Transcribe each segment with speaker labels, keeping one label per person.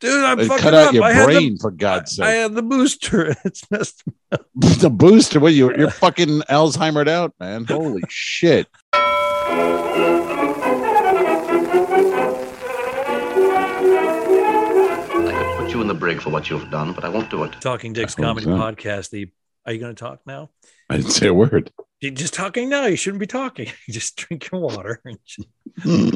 Speaker 1: dude, I'm
Speaker 2: It
Speaker 1: fucking
Speaker 2: cut
Speaker 1: up.
Speaker 2: out your
Speaker 1: I had
Speaker 2: brain
Speaker 1: the,
Speaker 2: for God's
Speaker 1: I
Speaker 2: sake.
Speaker 1: had the booster. It's messed. up.
Speaker 2: the booster. What you? You're fucking Alzheimer'd out, man. Holy shit.
Speaker 3: I could put you in the brig for what you've done, but I won't do it.
Speaker 1: Talking Dicks
Speaker 2: That's what
Speaker 1: Comedy
Speaker 2: I'm
Speaker 1: Podcast. The are you going to talk now?
Speaker 2: I didn't say a word.
Speaker 1: You're just talking now. You shouldn't be talking. Just drink your water.
Speaker 2: Hmm.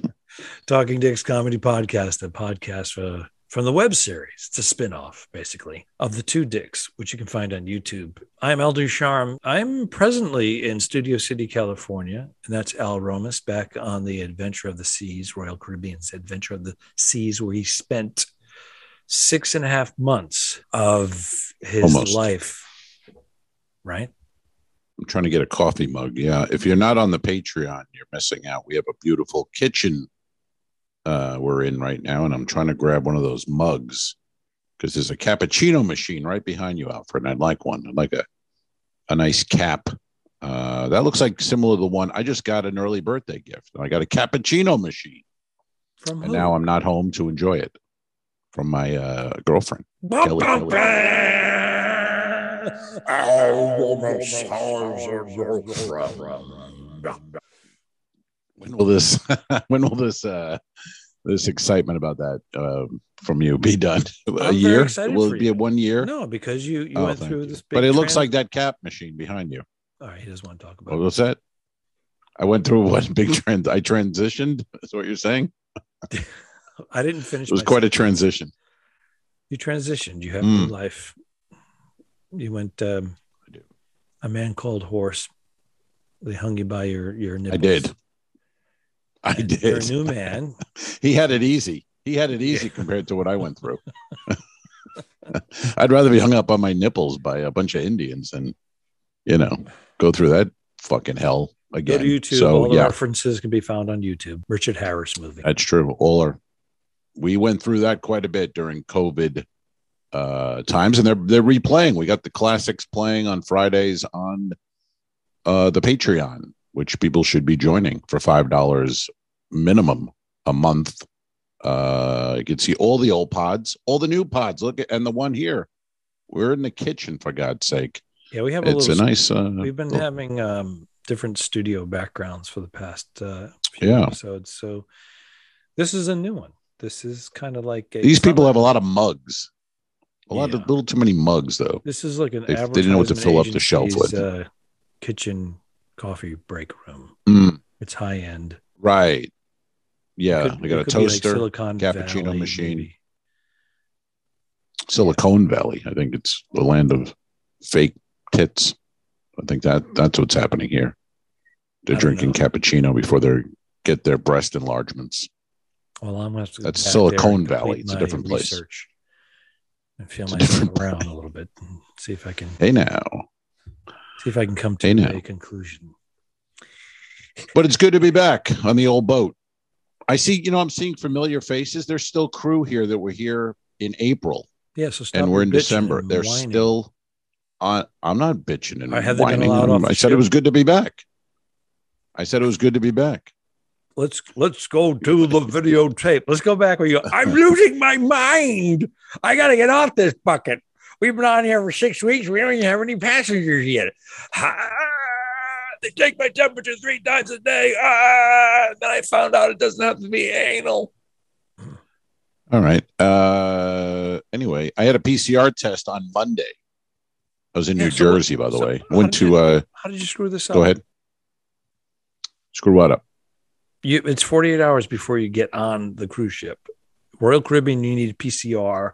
Speaker 1: Talking Dicks Comedy Podcast, a podcast uh, from the web series. It's a spin-off, basically, of The Two Dicks, which you can find on YouTube. I'm Al Ducharme. I'm presently in Studio City, California, and that's Al Romas back on the Adventure of the Seas, Royal Caribbean's Adventure of the Seas, where he spent six and a half months of his
Speaker 2: Almost.
Speaker 1: life, right?
Speaker 2: I'm trying to get a coffee mug. Yeah. If you're not on the Patreon, you're missing out. We have a beautiful kitchen uh, we're in right now, and I'm trying to grab one of those mugs because there's a cappuccino machine right behind you, Alfred. And I'd like one. I'd like a, a nice cap. Uh, that looks like similar to the one I just got an early birthday gift. I got a cappuccino machine,
Speaker 1: From
Speaker 2: and
Speaker 1: who?
Speaker 2: now I'm not home to enjoy it from my uh, girlfriend.
Speaker 1: Bum,
Speaker 2: Kelly
Speaker 1: bum,
Speaker 2: Kelly.
Speaker 1: bum.
Speaker 2: when will this when will this uh this excitement about that um from you be done a
Speaker 1: very
Speaker 2: year
Speaker 1: excited
Speaker 2: will
Speaker 1: for
Speaker 2: it be
Speaker 1: you.
Speaker 2: a one year
Speaker 1: No, because you you
Speaker 2: Oh,
Speaker 1: went
Speaker 2: thank
Speaker 1: through
Speaker 2: you.
Speaker 1: this. Big
Speaker 2: but it looks
Speaker 1: trans-
Speaker 2: like that cap machine behind you
Speaker 1: All right, he doesn't want to talk
Speaker 2: what
Speaker 1: about.
Speaker 2: was that i went through one big trend i transitioned is what you're saying
Speaker 1: it. I didn't finish.
Speaker 2: it was
Speaker 1: my-
Speaker 2: quite a transition
Speaker 1: You transitioned. You have
Speaker 2: Mm.
Speaker 1: new life. You went. Um, a man called horse. They hung you by your your nipples.
Speaker 2: i did i
Speaker 1: And You're a
Speaker 2: did
Speaker 1: new man.
Speaker 2: he had it easy he had it easy compared to what i went through i'd rather be hung up on my nipples by a bunch of indians than you know go through that fucking hell
Speaker 1: Go
Speaker 2: again
Speaker 1: to YouTube.
Speaker 2: so
Speaker 1: All the
Speaker 2: yeah
Speaker 1: references can be found on YouTube. Richard Harris movie.
Speaker 2: That's true. All our we went through that quite a bit during COVID uh times and they're they're replaying. We got the classics playing on Fridays on uh the Patreon, which people should be joining for five dollars minimum a month. Uh you can see all the old pods, all the new pods. Look at and the one here. We're in the kitchen for God's sake.
Speaker 1: yeah, we have a
Speaker 2: It's a
Speaker 1: little.
Speaker 2: nice uh
Speaker 1: We've been
Speaker 2: little-
Speaker 1: having um, different studio backgrounds for the past uh, few
Speaker 2: Yeah.
Speaker 1: episodes. So this is a new one. This is kind of like a,
Speaker 2: these people have a lot of mugs. A lot
Speaker 1: Yeah.
Speaker 2: of little too many mugs though.
Speaker 1: This is like an
Speaker 2: They- they didn't know what to
Speaker 1: advertisement
Speaker 2: fill up the shelf
Speaker 1: agency's,
Speaker 2: with.
Speaker 1: Uh, kitchen coffee break room.
Speaker 2: Mm.
Speaker 1: It's high end.
Speaker 2: Right. Yeah,
Speaker 1: Could-
Speaker 2: we got
Speaker 1: it
Speaker 2: a
Speaker 1: could be like
Speaker 2: toaster,
Speaker 1: Silicon
Speaker 2: cappuccino
Speaker 1: Valley,
Speaker 2: machine.
Speaker 1: maybe.
Speaker 2: Silicon Valley. I think it's the land of fake tits. I think that that's what's happening here. They're
Speaker 1: I don't
Speaker 2: drinking
Speaker 1: know.
Speaker 2: cappuccino before they get their breast enlargements.
Speaker 1: Well, I'm gonna have to go
Speaker 2: That's
Speaker 1: back there and
Speaker 2: Silicon
Speaker 1: complete
Speaker 2: Valley. It's a
Speaker 1: my
Speaker 2: different place.
Speaker 1: Research and feel
Speaker 2: It's a
Speaker 1: myself
Speaker 2: different
Speaker 1: around a little bit and see if I can
Speaker 2: Hey now,
Speaker 1: see if I can come to
Speaker 2: Hey, now.
Speaker 1: a conclusion.
Speaker 2: but it's good to be back on the old boat. I see, you know, I'm seeing familiar faces. There's still crew here that were here in April,
Speaker 1: Yeah, so stop
Speaker 2: and we're
Speaker 1: your
Speaker 2: in
Speaker 1: bitching
Speaker 2: December.
Speaker 1: and
Speaker 2: They're
Speaker 1: whining.
Speaker 2: still on. I'm not bitching and
Speaker 1: Or have they been
Speaker 2: whining.
Speaker 1: allowed
Speaker 2: I'm-
Speaker 1: off the
Speaker 2: I said it
Speaker 1: ship?
Speaker 2: was good to be back. I said it was good to be back.
Speaker 1: let's let's go to the videotape. Let's go back where you go, I'm losing my mind. I gotta get off this bucket. We've been on here for six weeks. We don't even have any passengers yet. Ah, they take my temperature three times a day. Ah, then I found out it doesn't have to be anal.
Speaker 2: All right. Uh, anyway, I had a PCR test on Monday. I was in
Speaker 1: Yeah,
Speaker 2: New
Speaker 1: so what-
Speaker 2: Jersey, by the
Speaker 1: so
Speaker 2: way.
Speaker 1: how
Speaker 2: Went
Speaker 1: did
Speaker 2: to
Speaker 1: you-
Speaker 2: uh,
Speaker 1: How did you screw this up?
Speaker 2: go ahead. Screw what up?
Speaker 1: You, it's 48 hours before you get on the cruise ship. Royal Caribbean, you need PCR,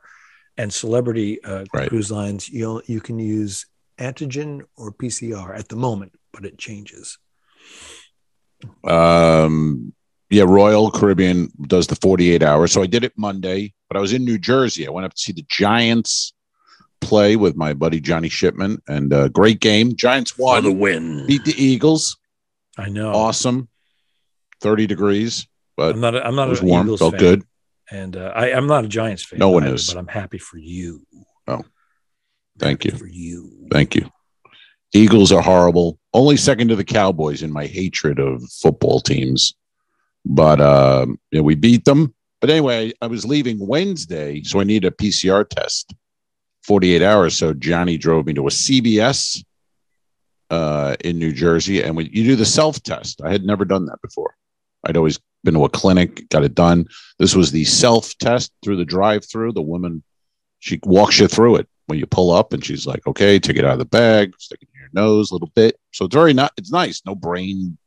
Speaker 1: and celebrity uh,
Speaker 2: Right.
Speaker 1: cruise lines, you you can use antigen or PCR at the moment, but it changes.
Speaker 2: Um, yeah, Royal Caribbean does the 48 hours. So I did it Monday, but I was in New Jersey. I went up to see the Giants play with my buddy Johnny Shipman, and uh, great game. Giants
Speaker 1: For the
Speaker 2: won,
Speaker 1: win.
Speaker 2: beat the Eagles.
Speaker 1: I know.
Speaker 2: Awesome. 30 degrees. But
Speaker 1: I'm not. A, I'm
Speaker 2: it
Speaker 1: not
Speaker 2: was
Speaker 1: an
Speaker 2: warm.
Speaker 1: Eagles
Speaker 2: Felt
Speaker 1: fan,
Speaker 2: good.
Speaker 1: and uh, I, I'm not a Giants fan.
Speaker 2: No one
Speaker 1: either,
Speaker 2: is.
Speaker 1: but I'm happy for you.
Speaker 2: Oh. Thank
Speaker 1: Happy
Speaker 2: you.
Speaker 1: for you.
Speaker 2: Thank you. Eagles are horrible. Only second to the Cowboys in my hatred of football teams. But um, yeah, we beat them. But anyway, I was leaving Wednesday, so I need a PCR test, 48 hours. So Johnny drove me to a CBS uh, in New Jersey, and we, you do the self test. I had never done that before. I'd always been to a clinic, got it done. This was the self test through the drive through. The woman, she walks you through it when you pull up, and she's like, "Okay, take it out of the bag, stick it in your nose a little bit." So it's very not. It's nice. No brain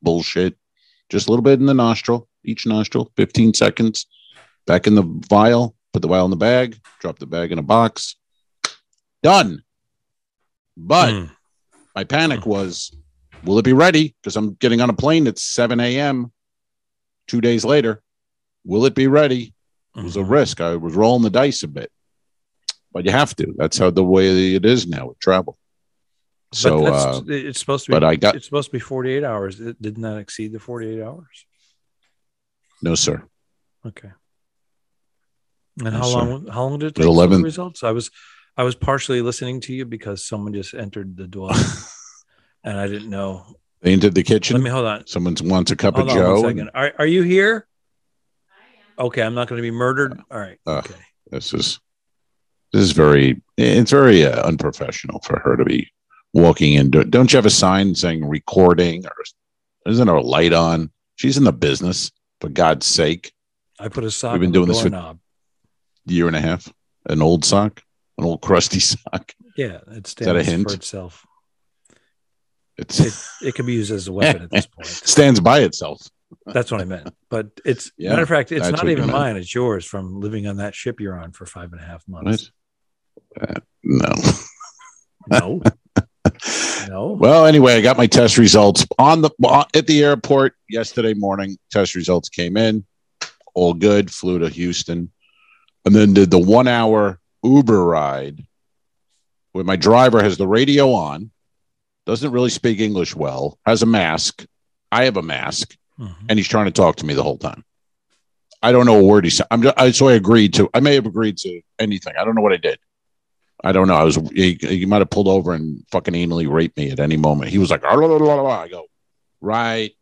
Speaker 2: bullshit. Just a little bit in the nostril, each nostril, 15 seconds. Back in the vial, put the vial in the bag, drop the bag in a box. Done. But
Speaker 1: Hmm.
Speaker 2: my panic was, will it be ready? Because I'm getting on a plane at 7 a.m. two days later. Will it be ready? It was a
Speaker 1: Mm-hmm.
Speaker 2: risk. I was rolling the dice a bit. But you have to. That's how the way it is now with travel.
Speaker 1: But
Speaker 2: So,
Speaker 1: that's-
Speaker 2: uh,
Speaker 1: it's supposed to be.
Speaker 2: but I got
Speaker 1: it's supposed to be 48 hours. It did not exceed the 48 hours.
Speaker 2: no, sir.
Speaker 1: Okay. And
Speaker 2: No,
Speaker 1: how
Speaker 2: sir.
Speaker 1: long? How long did it
Speaker 2: At
Speaker 1: take? 11
Speaker 2: 11
Speaker 1: the results. I was, I was partially listening to you because someone just entered the dwelling, and I didn't know.
Speaker 2: They entered the
Speaker 1: Let
Speaker 2: kitchen.
Speaker 1: me hold on.
Speaker 2: Someone wants a cup
Speaker 1: Hold
Speaker 2: of
Speaker 1: on
Speaker 2: Joe.
Speaker 1: one second. Are, are you here? Okay, I'm not going to be murdered. All right.
Speaker 2: Uh,
Speaker 1: okay.
Speaker 2: This is this is very it's very uh, unprofessional for her to be walking in. Don't don't you have a sign saying recording or isn't her light on? She's in the business for God's sake.
Speaker 1: I put a sock.
Speaker 2: we've been
Speaker 1: on the
Speaker 2: doing this for-
Speaker 1: doorknob.
Speaker 2: Year and a half, an old sock, an old crusty sock.
Speaker 1: Yeah, it stands
Speaker 2: that a hint?
Speaker 1: for itself.
Speaker 2: It's,
Speaker 1: It, it can be used as a weapon at this point.
Speaker 2: stands by itself.
Speaker 1: That's what I meant. But it's
Speaker 2: Yeah,
Speaker 1: matter of fact, it's
Speaker 2: that's
Speaker 1: not
Speaker 2: what you
Speaker 1: even
Speaker 2: meant.
Speaker 1: mine. It's yours from living on that ship you're on for five and a half
Speaker 2: What?
Speaker 1: months.
Speaker 2: Uh, no.
Speaker 1: No, no.
Speaker 2: Well, anyway, I got my test results on the at the airport yesterday morning. Test results came in, all good. Flew to Houston, and then did the one hour Uber ride where my driver has the radio on, doesn't really speak English well, has a mask. I have a mask,
Speaker 1: Mhm.
Speaker 2: and he's trying to talk to me the whole time. I don't know a word he said. I'm just, I, so I agreed to. I may have agreed to anything. I don't know what I did. I don't know. I was he, he might have pulled over and fucking anally raped me at any moment. He was like, "Ah, la, la, la, la, la." I go, right,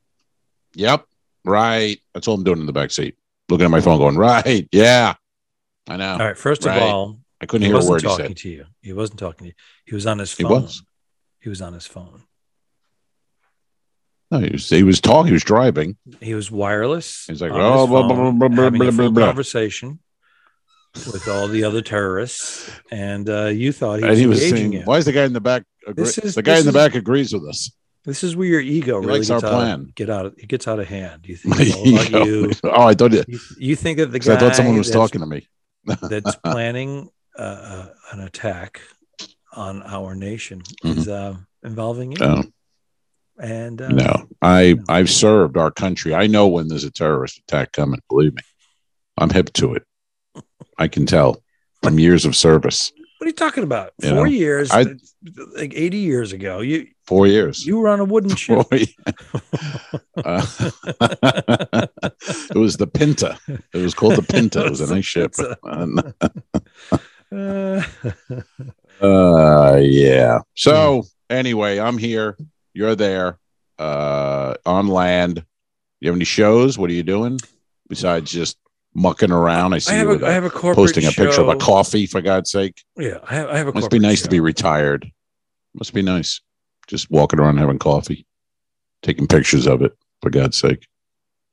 Speaker 2: yep, right. That's all I'm doing in the back seat, looking at my phone, going, right, yeah, I know.
Speaker 1: All right. First of
Speaker 2: Right.
Speaker 1: all,
Speaker 2: I couldn't
Speaker 1: Uh, he
Speaker 2: hear a
Speaker 1: wasn't
Speaker 2: word he
Speaker 1: talking
Speaker 2: said.
Speaker 1: to you. He wasn't talking to you. He was on his
Speaker 2: He
Speaker 1: phone.
Speaker 2: was.
Speaker 1: He was on his phone.
Speaker 2: No, he was, he was talking. He was driving.
Speaker 1: He was wireless.
Speaker 2: He's like,
Speaker 1: on
Speaker 2: "Oh,
Speaker 1: his
Speaker 2: blah, blah,
Speaker 1: phone,
Speaker 2: blah, blah,
Speaker 1: having a
Speaker 2: blah, blah,
Speaker 1: full
Speaker 2: blah."
Speaker 1: conversation with all the other terrorists, and uh, you thought he
Speaker 2: and
Speaker 1: was,
Speaker 2: he was
Speaker 1: engaging
Speaker 2: saying,
Speaker 1: you.
Speaker 2: "Why is the guy in the back? Agree-
Speaker 1: This is-
Speaker 2: the guy
Speaker 1: this
Speaker 2: in the
Speaker 1: is-
Speaker 2: back agrees with us."
Speaker 1: This is where your ego
Speaker 2: He
Speaker 1: really
Speaker 2: likes
Speaker 1: gets
Speaker 2: our
Speaker 1: out,
Speaker 2: plan.
Speaker 1: Get out. It gets out of hand. You think it's all about you.
Speaker 2: oh, I thought it.
Speaker 1: You, you think of the
Speaker 2: Because I
Speaker 1: guy
Speaker 2: thought someone was
Speaker 1: that's
Speaker 2: talking to me.
Speaker 1: that's planning uh, uh, an attack on our nation
Speaker 2: Mm-hmm.
Speaker 1: is uh, involving you.
Speaker 2: No,
Speaker 1: And uh,
Speaker 2: no, I I've served our country. I know when there's a terrorist attack coming. Believe me, I'm hip to it. I can tell from years of service.
Speaker 1: what are you talking about?
Speaker 2: You
Speaker 1: Four
Speaker 2: know,
Speaker 1: years,
Speaker 2: I-
Speaker 1: like eighty years ago, you
Speaker 2: Four years.
Speaker 1: you were on a wooden ship.
Speaker 2: Boy. Uh, it was the Pinta. It was called the Pinta. It was a nice ship.
Speaker 1: Pinta.
Speaker 2: And,
Speaker 1: Uh,
Speaker 2: uh, yeah. So anyway, I'm here. You're there. Uh, on land. You have any shows? What are you doing besides just mucking around? I see
Speaker 1: I have
Speaker 2: you with
Speaker 1: a I
Speaker 2: a,
Speaker 1: have a corporate
Speaker 2: posting a picture of a
Speaker 1: show.
Speaker 2: coffee. For God's sake,
Speaker 1: Yeah, I have, I have a.
Speaker 2: must be
Speaker 1: corporate
Speaker 2: nice to
Speaker 1: show.
Speaker 2: be retired. Must be nice. Just walking around having coffee, taking pictures of it. For God's sake.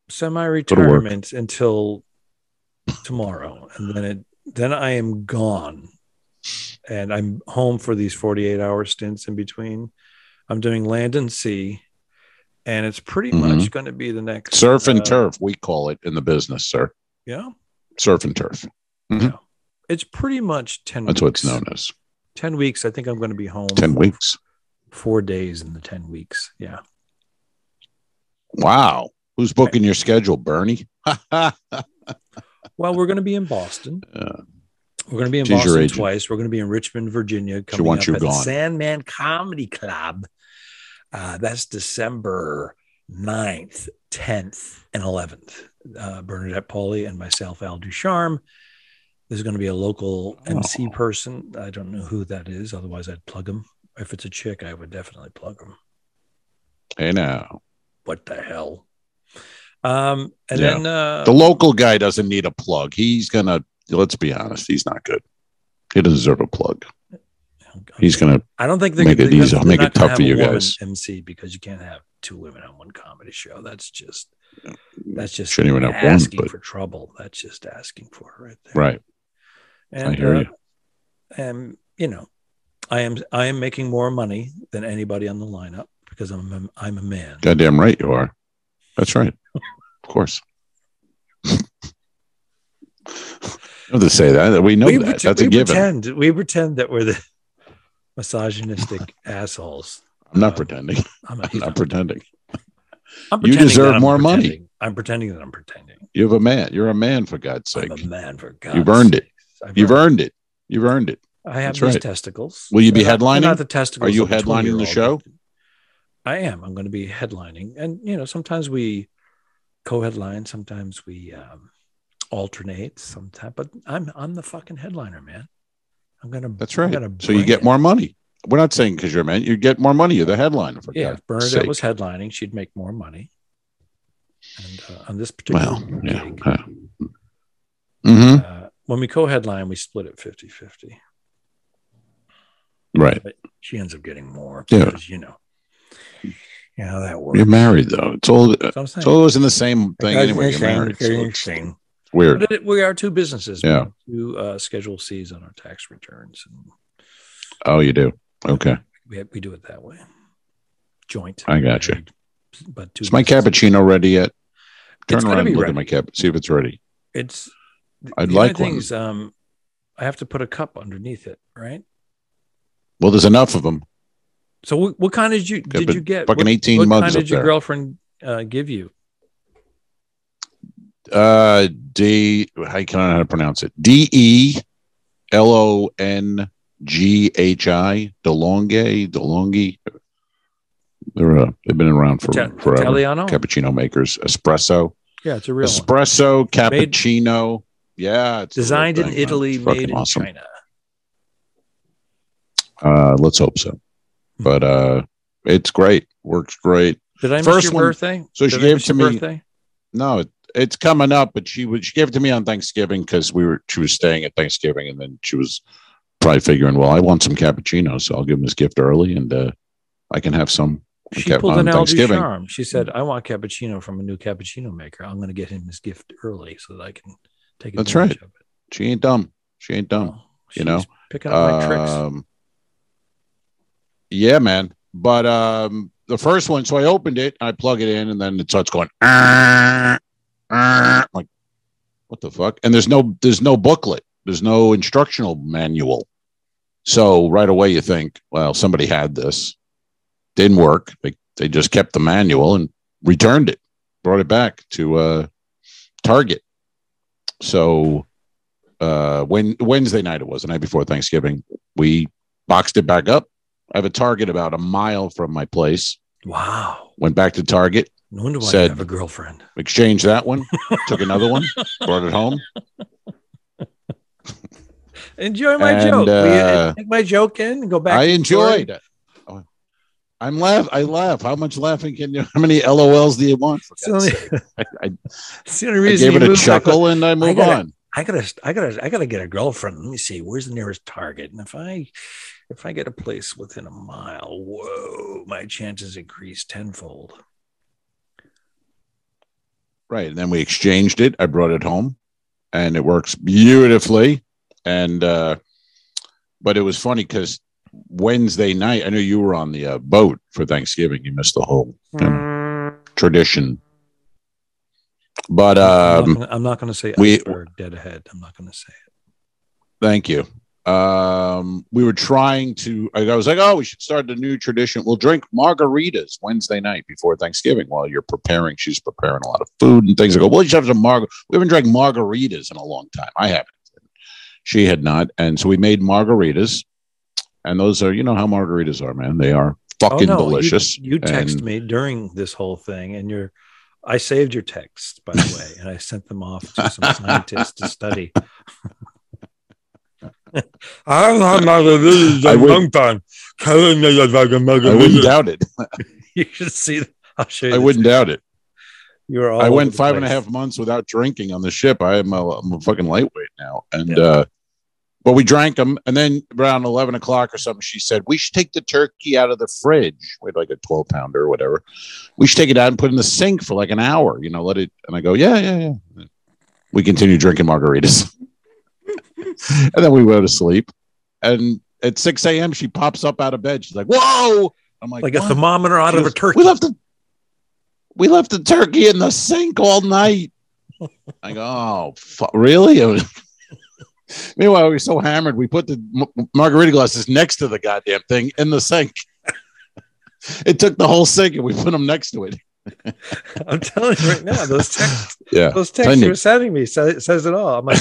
Speaker 1: semi-retirement until tomorrow and then it then i am gone and i'm home for these 48 hour stints in between i'm doing land and sea and it's pretty
Speaker 2: Mhm.
Speaker 1: much going to be the next
Speaker 2: Surf and
Speaker 1: uh,
Speaker 2: turf, we call it in the business, sir.
Speaker 1: yeah
Speaker 2: Surf and turf.
Speaker 1: it's pretty much 10
Speaker 2: Mm-hmm. That's what
Speaker 1: weeks
Speaker 2: it's known as.
Speaker 1: 10 weeks i think i'm going to be home
Speaker 2: 10 weeks.
Speaker 1: four days in the 10 weeks yeah
Speaker 2: Wow. Who's booking your schedule, Bernie? uh,
Speaker 1: well we're going to be in boston
Speaker 2: you
Speaker 1: we're going to be in
Speaker 2: She's your
Speaker 1: boston
Speaker 2: agent.
Speaker 1: twice we're going to be in richmond virginia coming
Speaker 2: wants
Speaker 1: up
Speaker 2: you
Speaker 1: at the
Speaker 2: gone.
Speaker 1: sandman comedy club Uh, that's December 9th, 10th, and 11th. Uh, Bernadette Pauley and myself, Al Ducharme. There's going to be a local MC
Speaker 2: Oh.
Speaker 1: person. I don't know who that is. Otherwise, I'd plug him. If it's a chick, I would definitely plug him.
Speaker 2: know.
Speaker 1: What the hell? Um, and
Speaker 2: Yeah.
Speaker 1: then uh,
Speaker 2: The local guy doesn't need a plug. He's gonna. Let's be honest. He's not good. He doesn't deserve a plug. He's gonna.
Speaker 1: oh, I don't think they're
Speaker 2: Make
Speaker 1: they're
Speaker 2: it
Speaker 1: not-
Speaker 2: easy. I'll
Speaker 1: they're
Speaker 2: make
Speaker 1: not
Speaker 2: it
Speaker 1: gonna
Speaker 2: tough for
Speaker 1: have a
Speaker 2: you
Speaker 1: woman
Speaker 2: guys.
Speaker 1: MC because you can't have two women on one comedy show. That's just that's just
Speaker 2: Shouldn't even have one,
Speaker 1: asking
Speaker 2: but-
Speaker 1: for trouble. That's just asking for it right there.
Speaker 2: Right.
Speaker 1: And,
Speaker 2: I hear
Speaker 1: uh,
Speaker 2: you.
Speaker 1: And you know, I am I am making more money than anybody on the lineup because I'm a, I'm a man.
Speaker 2: Goddamn right you are. That's right. Of course. I have to say that. We know
Speaker 1: we
Speaker 2: that.
Speaker 1: pret-
Speaker 2: That's a
Speaker 1: we
Speaker 2: given.
Speaker 1: pretend we pretend that we're the misogynistic assholes.
Speaker 2: I'm not
Speaker 1: Uh,
Speaker 2: pretending.
Speaker 1: I'm, a,
Speaker 2: I'm not pretending.
Speaker 1: I'm
Speaker 2: You
Speaker 1: pretending that
Speaker 2: deserve
Speaker 1: I'm
Speaker 2: more money.
Speaker 1: pretending. I'm pretending that I'm pretending.
Speaker 2: You have a man. You're a man for God's sake.
Speaker 1: I'm a man for God.
Speaker 2: You've earned it.
Speaker 1: I've
Speaker 2: You've earned it. You've earned it.
Speaker 1: I have
Speaker 2: That's
Speaker 1: these
Speaker 2: right.
Speaker 1: testicles.
Speaker 2: Will you be
Speaker 1: They're not- they're
Speaker 2: headlining?
Speaker 1: Not the testicles.
Speaker 2: Are you
Speaker 1: of a
Speaker 2: headlining the
Speaker 1: 20-year-old.
Speaker 2: show?
Speaker 1: I am. I'm going to be headlining, and you know, sometimes we co-headline, sometimes we um, alternate, sometimes. But I'm I'm the fucking headliner, man. I'm gonna.
Speaker 2: That's
Speaker 1: I'm
Speaker 2: right.
Speaker 1: gonna
Speaker 2: So you
Speaker 1: bring
Speaker 2: get
Speaker 1: it.
Speaker 2: more money. We're not saying because you're a man. You get more money. You're the headliner for
Speaker 1: Yeah,
Speaker 2: God's
Speaker 1: if Bernadette
Speaker 2: sake.
Speaker 1: was headlining, she'd make more money. And uh, on this particular
Speaker 2: well, yeah.
Speaker 1: gig,
Speaker 2: hmm
Speaker 1: uh, when we co-headline, we split it 50-50.
Speaker 2: Right.
Speaker 1: She ends up getting more
Speaker 2: Yeah.
Speaker 1: because you know, you know how that works.
Speaker 2: You're married though. It's all.
Speaker 1: That's what I'm saying.
Speaker 2: It's always in the same thing
Speaker 1: That's
Speaker 2: anyway. You're
Speaker 1: insane.
Speaker 2: married. So it's
Speaker 1: Insane.
Speaker 2: weird.
Speaker 1: But it- we are two businesses.
Speaker 2: Yeah.
Speaker 1: We have two uh, Schedule C's on our tax returns, and
Speaker 2: Oh, you do. Okay.
Speaker 1: we, we do it that way. Joint.
Speaker 2: I got you.
Speaker 1: But two
Speaker 2: Is my
Speaker 1: businesses.
Speaker 2: cappuccino ready yet? Turn
Speaker 1: It's gotta
Speaker 2: around
Speaker 1: be
Speaker 2: and look
Speaker 1: ready.
Speaker 2: at my cap. See if it's ready.
Speaker 1: It's. the-
Speaker 2: I'd
Speaker 1: the
Speaker 2: like
Speaker 1: only thing
Speaker 2: one.
Speaker 1: is, um, I have to put a cup underneath it, right?
Speaker 2: Well, there's enough of them.
Speaker 1: So, what, what kind did you did
Speaker 2: but
Speaker 1: you get?
Speaker 2: Fucking
Speaker 1: what,
Speaker 2: 18
Speaker 1: what
Speaker 2: months
Speaker 1: kind
Speaker 2: up
Speaker 1: did your
Speaker 2: there.
Speaker 1: girlfriend uh, give you?
Speaker 2: uh, D. I can't know how to pronounce it. D E L O N G H I. DeLonghi. DeLonghi. They're uh, they've been around for
Speaker 1: Ita-
Speaker 2: forever.
Speaker 1: Italiano.
Speaker 2: Cappuccino makers, espresso,
Speaker 1: yeah, it's a real one.
Speaker 2: espresso,
Speaker 1: Made-
Speaker 2: cappuccino. yeah, it's a real
Speaker 1: Designed in
Speaker 2: thing, man.
Speaker 1: Italy,
Speaker 2: It's fucking
Speaker 1: made in
Speaker 2: awesome.
Speaker 1: China.
Speaker 2: Uh, let's hope so.
Speaker 1: Hmm.
Speaker 2: But uh, it's great. Works great.
Speaker 1: Did I miss
Speaker 2: First
Speaker 1: your
Speaker 2: one-
Speaker 1: birthday?
Speaker 2: so she
Speaker 1: Did I
Speaker 2: gave
Speaker 1: miss
Speaker 2: to
Speaker 1: your
Speaker 2: me-
Speaker 1: Birthday?
Speaker 2: No, it, it's coming up, but she would she gave it to me on Thanksgiving because we were she was staying at Thanksgiving, and then she was probably figuring, well, I want some cappuccino, so I'll give him this gift early, and uh, I can have some.
Speaker 1: She
Speaker 2: Okay,
Speaker 1: pulled
Speaker 2: on
Speaker 1: an Al
Speaker 2: Thanksgiving.
Speaker 1: Ducharme. She said, "I want cappuccino from a new cappuccino maker. I'm going to get him his gift early so that I can take
Speaker 2: That's
Speaker 1: advantage
Speaker 2: right.
Speaker 1: of it."
Speaker 2: She ain't dumb. She ain't dumb.
Speaker 1: Well,
Speaker 2: you know,
Speaker 1: she's picking up my tricks.
Speaker 2: Um, yeah, man. But um, the first one, so I opened it, I plug it in, and then it starts going. "Ah, ah," I'm like, what the fuck? And there's no there's no booklet. There's no instructional manual. So right away you think, well, somebody had this. Didn't work. They they just kept the manual and returned it, brought it back to uh Target. So uh when Wednesday night it was, the night before Thanksgiving, we boxed it back up. I have a Target about a mile from my place.
Speaker 1: Wow.
Speaker 2: Went back to Target,
Speaker 1: No wonder why you
Speaker 2: said-
Speaker 1: have a girlfriend.
Speaker 2: exchanged that one, took another one, brought it home.
Speaker 1: Enjoy my
Speaker 2: And,
Speaker 1: joke. Will you
Speaker 2: uh,
Speaker 1: take my joke in and go back.
Speaker 2: I
Speaker 1: to the story?
Speaker 2: enjoyed it. Oh, I'm laugh. I laugh. How much laughing can you? How many LOLs do you want? For
Speaker 1: It's the
Speaker 2: God's
Speaker 1: only,
Speaker 2: sake? I-
Speaker 1: it's the only
Speaker 2: I
Speaker 1: reason
Speaker 2: gave
Speaker 1: you
Speaker 2: it a
Speaker 1: moved back
Speaker 2: chuckle and I move
Speaker 1: gotta-
Speaker 2: on.
Speaker 1: I gotta, I gotta, I gotta get a girlfriend. Let me see, where's the nearest Target? And if I, if I get a place within a mile, whoa, my chances increase tenfold.
Speaker 2: Right. And then we exchanged it. I brought it home and it works beautifully. And, uh, but it was funny because Wednesday night, I know you were on the uh, boat for Thanksgiving. You missed the whole
Speaker 1: Mm.
Speaker 2: um, tradition. But,
Speaker 1: I'm not
Speaker 2: um,
Speaker 1: gonna- I'm not going to say
Speaker 2: we-
Speaker 1: iceberg dead ahead. I'm not going to say it.
Speaker 2: Thank you. Um, we were trying to, I was like, oh, we should start a new tradition. We'll drink margaritas Wednesday night before Thanksgiving while you're preparing. She's preparing a lot of food and things. I go, well, you should have some margar. We haven't drank margaritas in a long time. I haven't. She had not. And so we made margaritas. And those are, you know how margaritas are, man. They are fucking
Speaker 1: Oh, you-
Speaker 2: delicious.
Speaker 1: You, text
Speaker 2: And-
Speaker 1: me during this whole thing, and you're, I saved your texts by the way, and I sent them off to some scientists to study. I'm not margaritas
Speaker 2: I would-
Speaker 1: long time.
Speaker 2: I wouldn't doubt it.
Speaker 1: You should see. I'll show you.
Speaker 2: I
Speaker 1: the
Speaker 2: wouldn't doubt it.
Speaker 1: You were all
Speaker 2: I
Speaker 1: over
Speaker 2: went
Speaker 1: the
Speaker 2: five and a
Speaker 1: place.
Speaker 2: half months without drinking on the ship. I am a, I'm a fucking lightweight now, and
Speaker 1: Yeah.
Speaker 2: uh, but we drank them, and then around eleven o'clock or something, she said we should take the turkey out of the fridge. We had like a twelve pounder or whatever. We should take it out and put it in the sink for like an hour. You know, let it. And I go, yeah, yeah, yeah. We continue drinking margaritas, and then we go to sleep. And at six a.m., she pops up out of bed. She's like, "Whoa!" I'm like,
Speaker 1: Like a
Speaker 2: "What?"
Speaker 1: thermometer out
Speaker 2: She
Speaker 1: of a
Speaker 2: goes,
Speaker 1: turkey.
Speaker 2: We left the we left the turkey in the sink all night. I go, oh, fu- really? Meanwhile, we were so hammered, we put the m- margarita glasses next to the goddamn thing in the sink. it took the whole sink, and we put them next to it.
Speaker 1: I'm telling you right now, those texts,
Speaker 2: Yeah,
Speaker 1: those texts
Speaker 2: Tiny.
Speaker 1: you were sending me says, says it all. I'm like,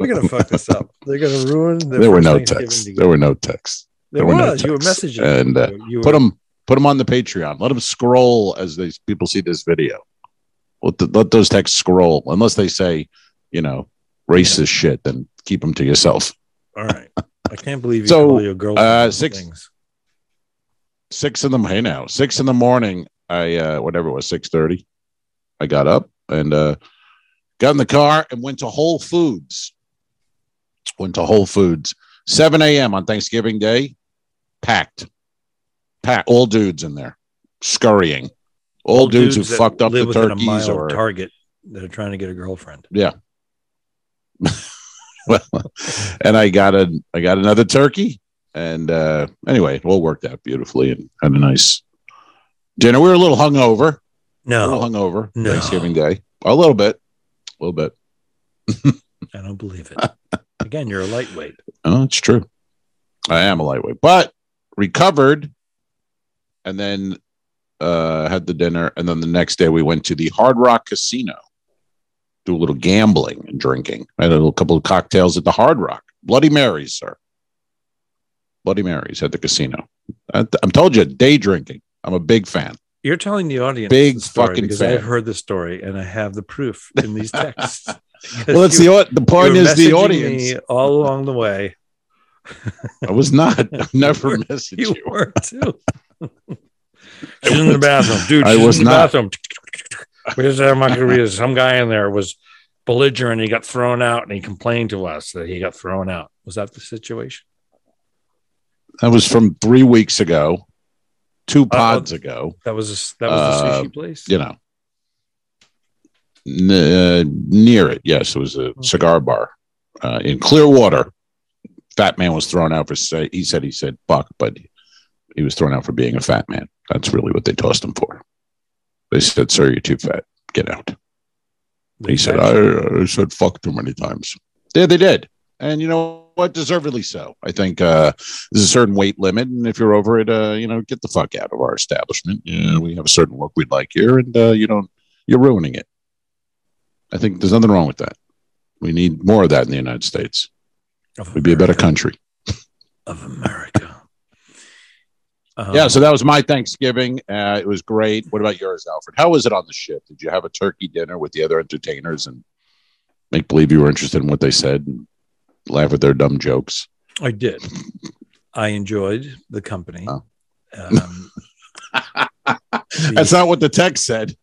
Speaker 1: we're gonna fuck this up. They're gonna ruin. The
Speaker 2: there were
Speaker 1: first
Speaker 2: no
Speaker 1: Thanksgiving
Speaker 2: texts.
Speaker 1: together.
Speaker 2: There were no texts.
Speaker 1: There,
Speaker 2: there were no
Speaker 1: was. you were
Speaker 2: texts.
Speaker 1: messaging
Speaker 2: And, uh,
Speaker 1: You were- you
Speaker 2: Put
Speaker 1: were-
Speaker 2: them. Put them on the Patreon. Let them scroll as these people see this video. Let, the, let those texts scroll, unless they say, you know, racist shit. Then keep them to yourself.
Speaker 1: All right. I can't believe you
Speaker 2: So,
Speaker 1: call your girl
Speaker 2: uh, six- six in the hey now six in the morning i uh whatever it was six thirty, i got up and uh got in the car and went to whole foods went to whole foods 7 a.m on thanksgiving day packed packed all dudes in there scurrying all, dudes, who fucked up the turkeys or
Speaker 1: target that are trying to get a girlfriend.
Speaker 2: well, and I got a I got another turkey, and uh, anyway, it all worked out beautifully, and had a nice dinner. We were a little hungover, a
Speaker 1: No,
Speaker 2: little hungover
Speaker 1: Oh. No.
Speaker 2: Thanksgiving Day, a little bit, a little bit.
Speaker 1: I don't believe it. Again, you're a lightweight.
Speaker 2: Oh, it's true. I am a lightweight, but recovered, and then uh, had the dinner, and then the next day we went to the Hard Rock Casino, do a little gambling and drinking. I had a little couple of cocktails at the Hard Rock, Bloody Marys, sir. Bloody Marys at the casino. I am told you, day drinking. I'm a big fan.
Speaker 1: You're telling the audience
Speaker 2: Big
Speaker 1: the story
Speaker 2: fucking
Speaker 1: because
Speaker 2: fan.
Speaker 1: I've heard the story and I have the proof in these texts.
Speaker 2: Well, it's the au- the point is the audience.
Speaker 1: all along the way.
Speaker 2: I was not. I never messaged
Speaker 1: You
Speaker 2: you.
Speaker 1: were too. She's in the bathroom, dude.
Speaker 2: I
Speaker 1: she's
Speaker 2: was
Speaker 1: in the
Speaker 2: not.
Speaker 1: bathroom. Where's that margarita? Some guy in there was belligerent. He got thrown out, and he complained to us that he got thrown out. Was that the situation?
Speaker 2: That was from three weeks ago, two
Speaker 1: Uh,
Speaker 2: pods ago.
Speaker 1: That was that was the
Speaker 2: Uh,
Speaker 1: sushi place.
Speaker 2: you know, n- uh, near it. Yes, it was a cigar bar uh, in Clearwater. Fat man was thrown out for say he said he said fuck, but he was thrown out for being a fat man. That's really what they tossed him for. They said, "Sir, you're too fat. Get out." He said, I, I said fuck too many times. Yeah, they did. And you know what? Deservedly so. I think uh, there's a certain weight limit. And if you're over it, uh, you know, get the fuck out of our establishment. Yeah, we have a certain look we'd like here, and uh, you don't, you're ruining it. I think there's nothing wrong with that. We need more of that in the United States.
Speaker 1: Of
Speaker 2: We'd be a better
Speaker 1: America,
Speaker 2: country.
Speaker 1: of America. Um,
Speaker 2: yeah, so that was my Thanksgiving. Uh, it was great. What about yours, Alfred? How was it on the ship? Did you have a turkey dinner with the other entertainers and make believe you were interested in what they said and laugh at their dumb jokes?
Speaker 1: I did. I enjoyed the company.
Speaker 2: Oh.
Speaker 1: Um,
Speaker 2: That's not what the text said.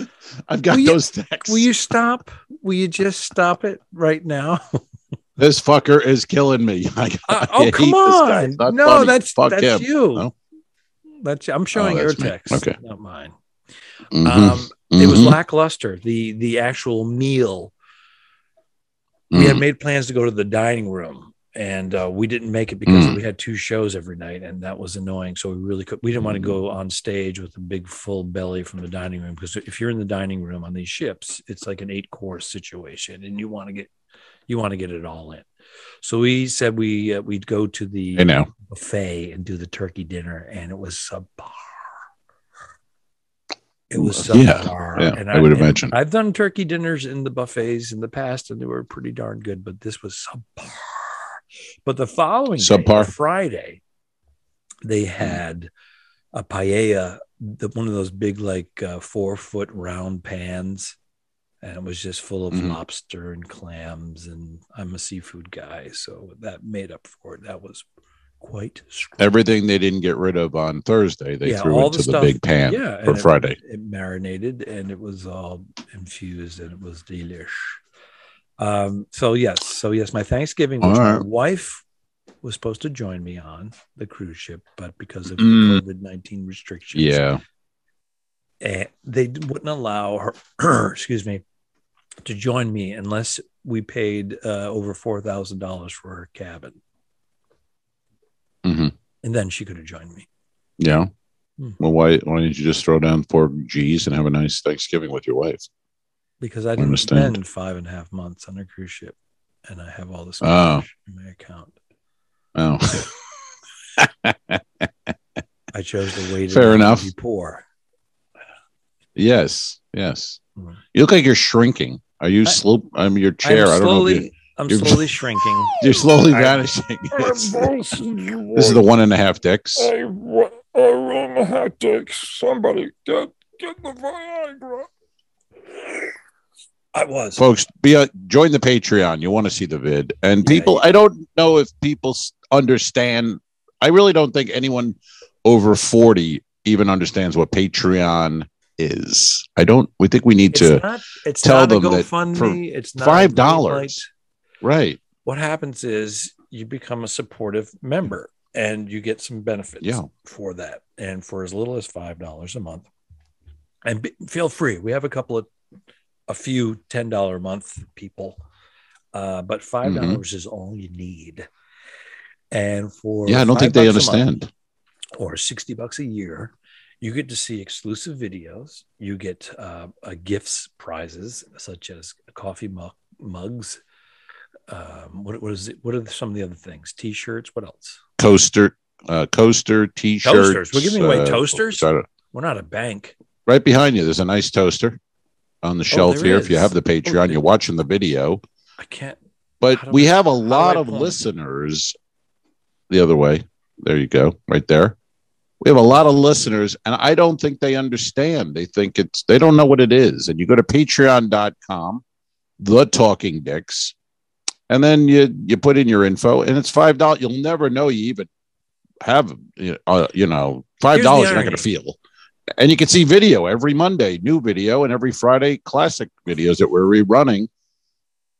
Speaker 2: I've got
Speaker 1: Will you-
Speaker 2: those texts.
Speaker 1: will you stop? Will you just stop it right now?
Speaker 2: this fucker is killing me. I,
Speaker 1: Uh,
Speaker 2: I
Speaker 1: oh
Speaker 2: hate
Speaker 1: come
Speaker 2: this guy.
Speaker 1: on!
Speaker 2: It's not
Speaker 1: No,
Speaker 2: funny.
Speaker 1: that's
Speaker 2: Fuck
Speaker 1: that's
Speaker 2: him.
Speaker 1: you.
Speaker 2: No? Oh,
Speaker 1: That's I'm showing your
Speaker 2: that's me.
Speaker 1: text,
Speaker 2: Okay.
Speaker 1: not mine.
Speaker 2: Mhm,
Speaker 1: Um, It was
Speaker 2: mhm,
Speaker 1: lackluster. The the actual meal. We had
Speaker 2: mhm.
Speaker 1: made plans to go to the dining room, and uh, we didn't make it because
Speaker 2: Mm.
Speaker 1: we had two shows every night, and that was annoying. So we really could. We didn't want to go on stage with a big full belly from the dining room because if you're in the dining room on these ships, it's like an eight course situation, and you want to get you want to get it all in. So we said we uh, we'd go to the
Speaker 2: mm-hmm. I know.
Speaker 1: buffet and do the turkey dinner, and it was subpar. It was
Speaker 2: Yeah,
Speaker 1: subpar.
Speaker 2: uh, yeah,
Speaker 1: and
Speaker 2: I would
Speaker 1: and
Speaker 2: imagine.
Speaker 1: I've done turkey dinners in the buffets in the past, and they were pretty darn good, but this was subpar. But the following day,
Speaker 2: Subpar. Hmm.
Speaker 1: Friday, they had a paella, the, one of those big, like uh, four foot round pans, and it was just full of
Speaker 2: Mhm.
Speaker 1: lobster and clams. And I'm a seafood guy, so that made up for it. That was quite strong.
Speaker 2: Everything they didn't get rid of on Thursday, they
Speaker 1: Yeah,
Speaker 2: threw
Speaker 1: all
Speaker 2: into
Speaker 1: the
Speaker 2: the,
Speaker 1: stuff-
Speaker 2: big pan
Speaker 1: yeah, and
Speaker 2: for
Speaker 1: it-
Speaker 2: Friday.
Speaker 1: It marinated and it was all infused and it was delish. Um, so yes, so yes, my Thanksgiving, which
Speaker 2: All
Speaker 1: my
Speaker 2: right.
Speaker 1: wife was supposed to join me on the cruise ship, but because of
Speaker 2: Mm.
Speaker 1: COVID nineteen restrictions,
Speaker 2: Yeah.
Speaker 1: eh, they wouldn't allow her, excuse me, to join me unless we paid uh, over four thousand dollars for her cabin,
Speaker 2: hmm
Speaker 1: and then she could have joined me.
Speaker 2: Yeah.
Speaker 1: Hmm.
Speaker 2: Well, why why didn't you just throw down four G's and have a nice Thanksgiving with your wife?
Speaker 1: because I didn't
Speaker 2: understand.
Speaker 1: spend five and a half months on a cruise ship, and I have all this
Speaker 2: Oh.
Speaker 1: cash in my account.
Speaker 2: Oh,
Speaker 1: I chose to wait.
Speaker 2: Fair enough.
Speaker 1: Be poor.
Speaker 2: yes, yes.
Speaker 1: Hmm.
Speaker 2: You look like you're shrinking. Are you
Speaker 1: I-
Speaker 2: slope? I'm your
Speaker 1: I'm
Speaker 2: chair. I don't know.
Speaker 1: slowly,
Speaker 2: If you,
Speaker 1: I'm
Speaker 2: you're-
Speaker 1: slowly shrinking.
Speaker 2: you're slowly
Speaker 1: I-
Speaker 2: vanishing. It's-
Speaker 1: this
Speaker 2: this is the one and a half dicks.
Speaker 1: Somebody get get the Viagra. I was.
Speaker 2: folks be a, join the patreon you want to see the vid and
Speaker 1: Yeah,
Speaker 2: people i don't know if people s- understand i really don't think anyone over 40 even understands what patreon is i don't we think we need
Speaker 1: it's
Speaker 2: to
Speaker 1: not. It's
Speaker 2: tell
Speaker 1: not a
Speaker 2: them that
Speaker 1: GoFundMe. It's not a
Speaker 2: five
Speaker 1: Greenlight.
Speaker 2: dollars right
Speaker 1: what happens is you become a supportive member and you get some benefits
Speaker 2: Yeah.
Speaker 1: for that and for as little as five dollars a month and be, feel free we have a couple of a few ten dollar a month people uh, but five
Speaker 2: Mm-hmm.
Speaker 1: dollars is all you need and for
Speaker 2: yeah i don't think
Speaker 1: five
Speaker 2: they
Speaker 1: bucks a month
Speaker 2: understand
Speaker 1: or 60 bucks a year you get to see exclusive videos you get uh, uh, gifts prizes such as coffee mug, mugs um, what, what is it what are some of the other things t-shirts what else
Speaker 2: coaster uh coaster t-shirts
Speaker 1: Toasters. We're giving away
Speaker 2: uh,
Speaker 1: toasters?
Speaker 2: I don't-
Speaker 1: we're not a bank
Speaker 2: right behind you there's a nice toaster on the shelf
Speaker 1: Oh, there
Speaker 2: here if you
Speaker 1: is.
Speaker 2: have the patreon
Speaker 1: Okay.
Speaker 2: you're watching the video
Speaker 1: i can't How do
Speaker 2: But we
Speaker 1: I-
Speaker 2: have a
Speaker 1: how do
Speaker 2: lot
Speaker 1: I
Speaker 2: of
Speaker 1: pull it?
Speaker 2: listeners. The other way. There you go. Right there. We have a lot of listeners, and I don't think they understand. They think it's they don't know what it is. And you go to patreon.com, the talking dicks, and then you you put in your info, and it's five dollars. You'll never know you even have you know, uh, you know five
Speaker 1: Here's the
Speaker 2: dollars. You're not
Speaker 1: irony.
Speaker 2: going to feel. And you can see video every Monday, new video, and every Friday, classic videos that we're rerunning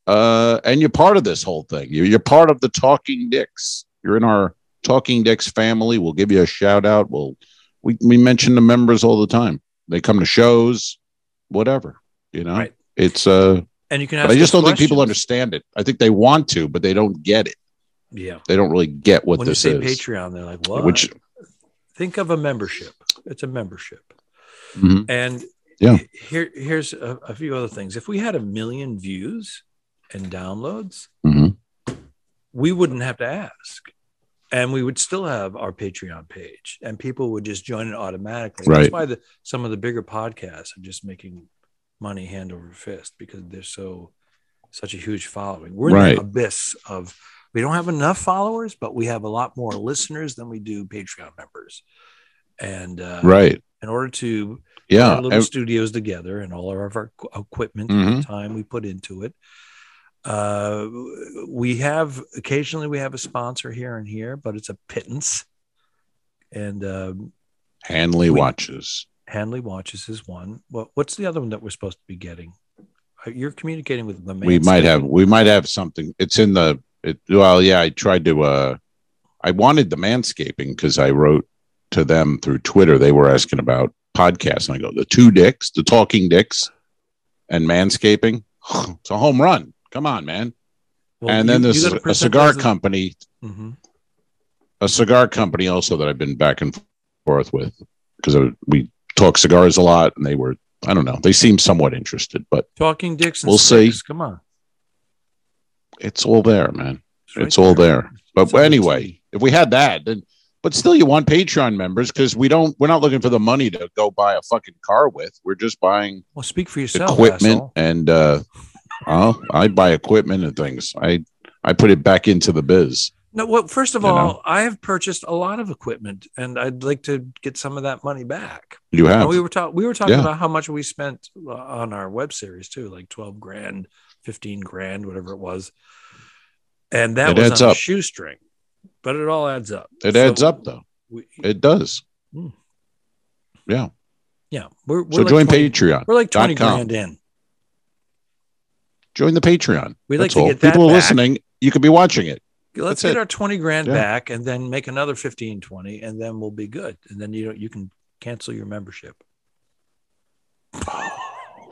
Speaker 2: uh, and you're part of this whole thing. You're, you're part of the Talking Dicks. You're in our Talking Dicks family. We'll give you a shout out. We'll we, we mention the members all the time. They come to shows, whatever. You know,
Speaker 1: Right.
Speaker 2: it's uh.
Speaker 1: and you can ask
Speaker 2: But I
Speaker 1: us
Speaker 2: just don't think people
Speaker 1: questions.
Speaker 2: understand it. I think they want to, but they don't get it.
Speaker 1: yeah
Speaker 2: They don't really get what
Speaker 1: when
Speaker 2: this
Speaker 1: you say
Speaker 2: is.
Speaker 1: patreon they're like what
Speaker 2: Which
Speaker 1: think of a membership it's a membership
Speaker 2: mhm.
Speaker 1: And
Speaker 2: Yeah.
Speaker 1: here here's a, a few other things. If we had a million views and downloads,
Speaker 2: Mhm.
Speaker 1: we wouldn't have to ask. And we would still have our Patreon page and people would just join it automatically. That's
Speaker 2: Right.
Speaker 1: why the, some of the bigger podcasts are just making money hand over fist because they're so such a huge following. We're in
Speaker 2: Right.
Speaker 1: the abyss of we don't have enough followers, but we have a lot more listeners than we do Patreon members. And uh,
Speaker 2: right,
Speaker 1: in order to
Speaker 2: yeah,
Speaker 1: our little studios together and all of our equ- equipment and
Speaker 2: Mhm.
Speaker 1: the time we put into it. Uh, we have occasionally we have a sponsor here and here, but it's a pittance. And um,
Speaker 2: Hanley
Speaker 1: we-
Speaker 2: watches.
Speaker 1: Hanley watches is one. What, what's the other one that we're supposed to be getting? Uh, You're communicating with the man.
Speaker 2: we might have we might have something it's in the it, well yeah i tried to uh i wanted the manscaping because i wrote to them through twitter they were asking about podcasts and i go the two dicks the talking dicks and manscaping it's a home run come on man
Speaker 1: Well,
Speaker 2: and
Speaker 1: you-
Speaker 2: then
Speaker 1: you
Speaker 2: there's
Speaker 1: gotta
Speaker 2: a, a
Speaker 1: present
Speaker 2: cigar
Speaker 1: those as-
Speaker 2: company
Speaker 1: Mhm.
Speaker 2: a cigar company also that i've been back and forth with because we talk cigars a lot and they were i don't know they seem somewhat interested but
Speaker 1: Talking dicks. And
Speaker 2: We'll see.
Speaker 1: sticks. Come on.
Speaker 2: it's all there man
Speaker 1: right
Speaker 2: it's all there. But
Speaker 1: It's on the
Speaker 2: anyway,
Speaker 1: tee.
Speaker 2: if we had that, then but still you want Patreon members because we don't we're not looking for the money to go buy a fucking car with. We're just buying
Speaker 1: Well, speak for yourself.
Speaker 2: equipment
Speaker 1: asshole.
Speaker 2: and uh oh, I buy equipment and things. I I put it back into the biz.
Speaker 1: No, well, first of
Speaker 2: You know?
Speaker 1: all, I have purchased a lot of equipment, and I'd like to get some of that money back.
Speaker 2: You
Speaker 1: And
Speaker 2: have
Speaker 1: we were talking. We were talking
Speaker 2: Yeah.
Speaker 1: about how much we spent uh, on our web series too, like twelve grand, fifteen grand, whatever it was, and that
Speaker 2: It
Speaker 1: was
Speaker 2: adds
Speaker 1: on a
Speaker 2: up.
Speaker 1: shoestring. but it all adds up.
Speaker 2: It
Speaker 1: So
Speaker 2: adds up though.
Speaker 1: We,
Speaker 2: It does.
Speaker 1: Hmm.
Speaker 2: Yeah.
Speaker 1: yeah, we're, we're
Speaker 2: So
Speaker 1: like
Speaker 2: join
Speaker 1: 20
Speaker 2: Patreon.
Speaker 1: We're like
Speaker 2: dot
Speaker 1: twenty
Speaker 2: com.
Speaker 1: grand in.
Speaker 2: Join the Patreon.
Speaker 1: We'd like
Speaker 2: That's
Speaker 1: to
Speaker 2: all.
Speaker 1: get that
Speaker 2: People are
Speaker 1: back.
Speaker 2: listening. You could be watching it.
Speaker 1: Let's
Speaker 2: That's
Speaker 1: get
Speaker 2: it.
Speaker 1: our twenty grand
Speaker 2: Yeah.
Speaker 1: back, and then make another 15, 20, and then we'll be good. And then you don't, you can cancel your membership.
Speaker 2: Oh,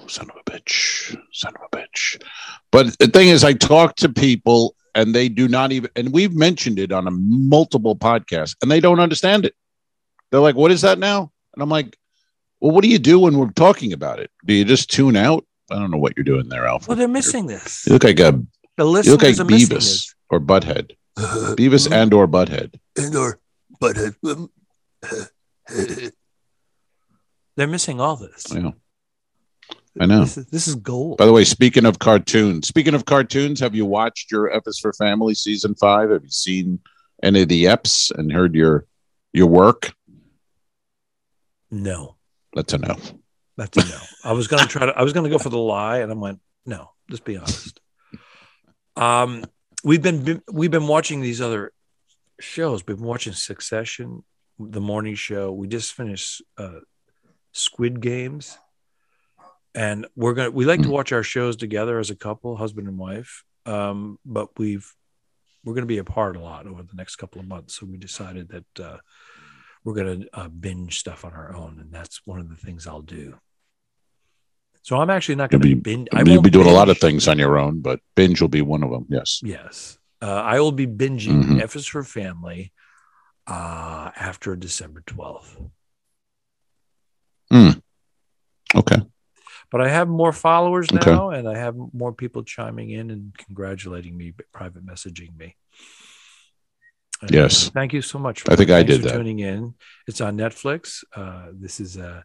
Speaker 2: son of a bitch. Son of a bitch. But the thing is, I talk to people and they do not even, and we've mentioned it on a multiple podcast and they don't understand it. They're like, what is that now? And I'm like, well, what do you do when we're talking about it? Do you just tune out? I don't know what you're doing there, Alfred.
Speaker 1: Well, they're missing this.
Speaker 2: You look like a
Speaker 1: The
Speaker 2: you look
Speaker 1: listeners
Speaker 2: like
Speaker 1: are missing Mm-hmm.
Speaker 2: Beavis
Speaker 1: this.
Speaker 2: or Butthead. Beavis and or Butthead.
Speaker 1: and or but they're missing all this.
Speaker 2: Yeah. I know.
Speaker 1: This is, this is gold.
Speaker 2: By the way, speaking of cartoons, speaking of cartoons, have you watched your F is for Family season five? Have you seen any of the eps and heard your your work?
Speaker 1: no,
Speaker 2: That's a no.
Speaker 1: that's a no. I was gonna try to. I was gonna go for the lie, and I went no. Let's be honest. Um, we've been we've been watching these other shows. We've been watching Succession, The Morning Show. We just finished uh, Squid Games, and we're gonna we like to
Speaker 2: Mm.
Speaker 1: watch our shows together as a couple, husband and wife. Um, but we've we're gonna be apart a lot over the next couple of months, so we decided that uh, we're gonna uh, binge stuff on our own, and that's one of the things I'll do. So I'm actually not
Speaker 2: You'll
Speaker 1: gonna
Speaker 2: be-
Speaker 1: binge.
Speaker 2: I mean, you'll
Speaker 1: won't
Speaker 2: be doing a lot of
Speaker 1: binge.
Speaker 2: things on your own, but binge will be one of them. Yes.
Speaker 1: Yes. Uh, I will be binging
Speaker 2: Mhm.
Speaker 1: F is for Family uh, after December 12th.
Speaker 2: Hmm. Okay.
Speaker 1: But I have more followers
Speaker 2: Okay.
Speaker 1: now and I have more people chiming in and congratulating me, but private messaging me. And,
Speaker 2: Yes.
Speaker 1: uh, thank you so much.
Speaker 2: I think I
Speaker 1: thanks
Speaker 2: did
Speaker 1: for
Speaker 2: that.
Speaker 1: tuning in. It's on Netflix. Uh, this is a,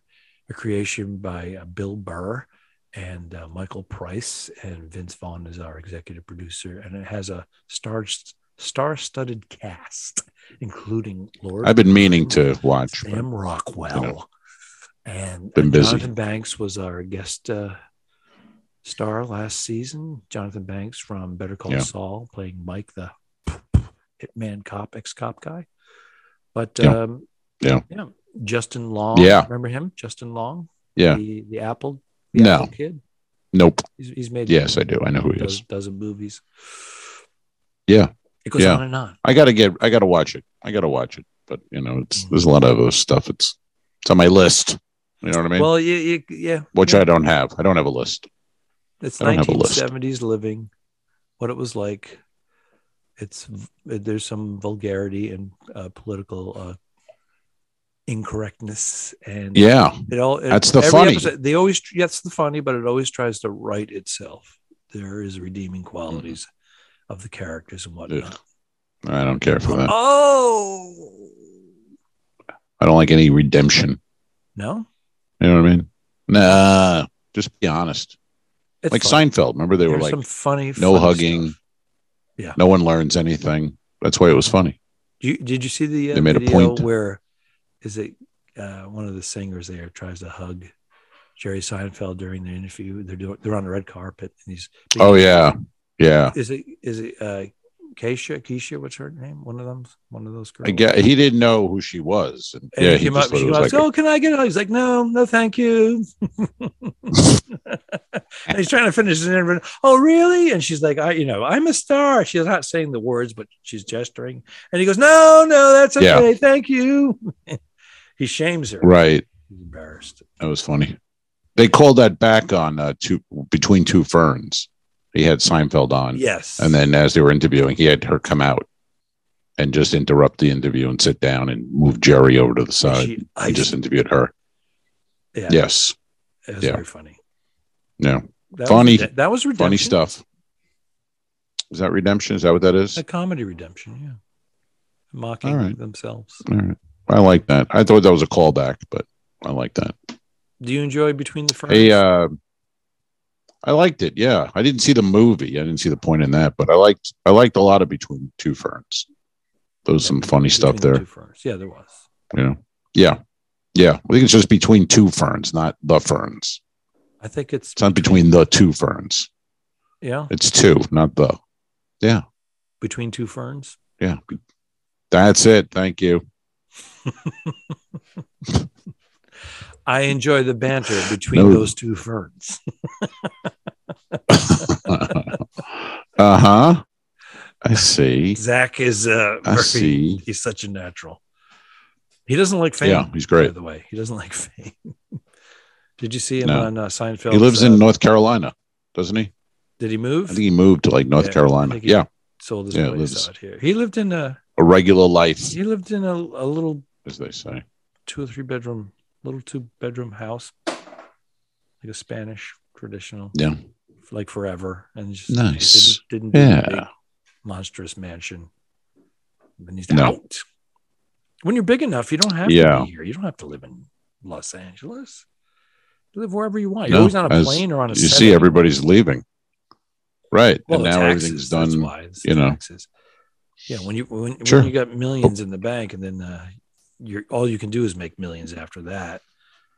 Speaker 1: a creation by uh, Bill Burr and uh, Michael Price, and Vince Vaughn is our executive producer. And it has a star star-studded cast, including Laura.
Speaker 2: I've been meaning to watch. but-
Speaker 1: Sam Rockwell,
Speaker 2: you know,
Speaker 1: and uh,
Speaker 2: been busy.
Speaker 1: Jonathan Banks was our guest uh, star last season. Jonathan Banks from Better Call
Speaker 2: Yeah.
Speaker 1: Saul, playing Mike, the hitman cop, ex cop guy. But
Speaker 2: Yeah.
Speaker 1: Um,
Speaker 2: Yeah.
Speaker 1: Justin Long.
Speaker 2: Yeah.
Speaker 1: remember him, Justin Long?
Speaker 2: Yeah.
Speaker 1: the, the Apple, the
Speaker 2: No.
Speaker 1: Apple kid.
Speaker 2: Nope.
Speaker 1: He's, he's made
Speaker 2: Yes, I do. I know who he
Speaker 1: does,
Speaker 2: is.
Speaker 1: dozen movies.
Speaker 2: Yeah.
Speaker 1: it goes
Speaker 2: Yeah.
Speaker 1: on and on.
Speaker 2: I gotta get. I gotta watch it. I gotta watch it. But you know,
Speaker 1: Mm.
Speaker 2: it's there's a lot of those stuff. It's it's on my list. You know what I mean?
Speaker 1: Well, you, you, yeah,
Speaker 2: Which
Speaker 1: yeah.
Speaker 2: I don't have. I don't have a list.
Speaker 1: It's
Speaker 2: I don't have a list.
Speaker 1: 1970s living, what it was like. It's there's some vulgarity and uh, political uh, incorrectness, and
Speaker 2: Yeah.
Speaker 1: it all. it-
Speaker 2: That's the
Speaker 1: every
Speaker 2: funny.
Speaker 1: episode- they always that's the funny, but it always tries to right itself. There is redeeming qualities of the characters and whatnot.
Speaker 2: I don't care for that.
Speaker 1: Oh
Speaker 2: I don't like any redemption.
Speaker 1: no,
Speaker 2: You know what I mean? Nah, just be honest.
Speaker 1: it's
Speaker 2: like
Speaker 1: fun.
Speaker 2: Seinfeld, remember they were
Speaker 1: There's
Speaker 2: like,
Speaker 1: some funny,
Speaker 2: no
Speaker 1: funny
Speaker 2: hugging.
Speaker 1: stuff. Yeah.
Speaker 2: No one learns anything. That's why it was funny.
Speaker 1: Do you, did you see the uh,
Speaker 2: They made a
Speaker 1: video
Speaker 2: point.
Speaker 1: where is it uh, one of the singers there tries to hug Jerry Seinfeld during the interview? They're doing, they're on the red carpet and he's
Speaker 2: Oh yeah, yeah.
Speaker 1: is it is it uh, Keisha Keisha what's her name? One of them one of those girls.
Speaker 2: I get, he didn't know who she was. And,
Speaker 1: And
Speaker 2: yeah,
Speaker 1: he
Speaker 2: he
Speaker 1: came
Speaker 2: just
Speaker 1: up.
Speaker 2: thought
Speaker 1: She
Speaker 2: it
Speaker 1: goes,
Speaker 2: was like,
Speaker 1: "Oh, can I get it?" He's like, "No, no, thank you." and he's trying to finish his interview. Oh, really? And she's like, "I, you know, I'm a star." She's not saying the words, but she's gesturing. And he goes, "No, no, that's
Speaker 2: Yeah.
Speaker 1: okay. Thank you." he shames her.
Speaker 2: right.
Speaker 1: He's embarrassed.
Speaker 2: That was funny. They called that back on uh, two between two ferns. He had Seinfeld on,
Speaker 1: Yes.
Speaker 2: and then as they were interviewing, he had her come out and just interrupt the interview and sit down and move Jerry over to the
Speaker 1: And
Speaker 2: side.
Speaker 1: she
Speaker 2: I
Speaker 1: iced-
Speaker 2: just interviewed her.
Speaker 1: yeah,
Speaker 2: Yes.
Speaker 1: It was
Speaker 2: yeah.
Speaker 1: very funny.
Speaker 2: No.
Speaker 1: That
Speaker 2: Funny.
Speaker 1: Was, that was redemption.
Speaker 2: Funny stuff. Is that redemption? Is that what that is?
Speaker 1: A comedy redemption. Yeah. Mocking
Speaker 2: All right.
Speaker 1: themselves.
Speaker 2: All right. I like that. I thought that was a callback, but I like that.
Speaker 1: Do you enjoy between the ferns?
Speaker 2: Hey, uh, I liked it. Yeah, I didn't see the movie. I didn't see the point in that, but I liked I liked a lot of Between Two Ferns. There was some funny stuff
Speaker 1: Between the
Speaker 2: there.
Speaker 1: two ferns. Yeah, there was.
Speaker 2: You know. Yeah. Yeah. I think it's just Between Two Ferns, not the ferns.
Speaker 1: I think it's
Speaker 2: It's not between the two ferns.
Speaker 1: yeah
Speaker 2: It's two, not the. Yeah.
Speaker 1: between two ferns.
Speaker 2: Yeah. That's it. Thank you.
Speaker 1: I enjoy the banter between
Speaker 2: No.
Speaker 1: those two ferns.
Speaker 2: uh huh. I see.
Speaker 1: Zach is uh,
Speaker 2: I
Speaker 1: very-
Speaker 2: see.
Speaker 1: he's such a natural. He doesn't like fame.
Speaker 2: Yeah, he's
Speaker 1: By
Speaker 2: great.
Speaker 1: the way, he doesn't like fame. Did you see him
Speaker 2: No.
Speaker 1: on uh, Seinfeld?
Speaker 2: He lives
Speaker 1: Uh,
Speaker 2: in North Carolina, doesn't he?
Speaker 1: Did he
Speaker 2: I
Speaker 1: move?
Speaker 2: think he moved to like North
Speaker 1: Yeah, I
Speaker 2: Carolina.
Speaker 1: think he-
Speaker 2: Yeah,
Speaker 1: Sold his
Speaker 2: yeah,
Speaker 1: place
Speaker 2: lives-
Speaker 1: out here. He lived in a
Speaker 2: a regular life,
Speaker 1: he lived in a, a little
Speaker 2: as they say.
Speaker 1: two or three bedroom little two bedroom house, like a Spanish traditional,
Speaker 2: Yeah,
Speaker 1: like forever, and just
Speaker 2: nice.
Speaker 1: didn't, didn't yeah.
Speaker 2: Yeah.
Speaker 1: big monstrous mansion. Then he's
Speaker 2: No.
Speaker 1: out. When you're big enough, you don't have to
Speaker 2: Yeah.
Speaker 1: be here. You don't have to live in Los Angeles. You live wherever you want. You're
Speaker 2: No,
Speaker 1: always on a
Speaker 2: as
Speaker 1: plane or on a
Speaker 2: You
Speaker 1: set
Speaker 2: see,
Speaker 1: anyway.
Speaker 2: everybody's leaving, right?
Speaker 1: Well,
Speaker 2: and
Speaker 1: the
Speaker 2: now
Speaker 1: taxes,
Speaker 2: everything's
Speaker 1: That's
Speaker 2: done.
Speaker 1: why it's
Speaker 2: you
Speaker 1: the
Speaker 2: know.
Speaker 1: taxes. Yeah, when you when,
Speaker 2: Sure.
Speaker 1: when you got millions in the bank, and then uh, you're all you can do is make millions after that.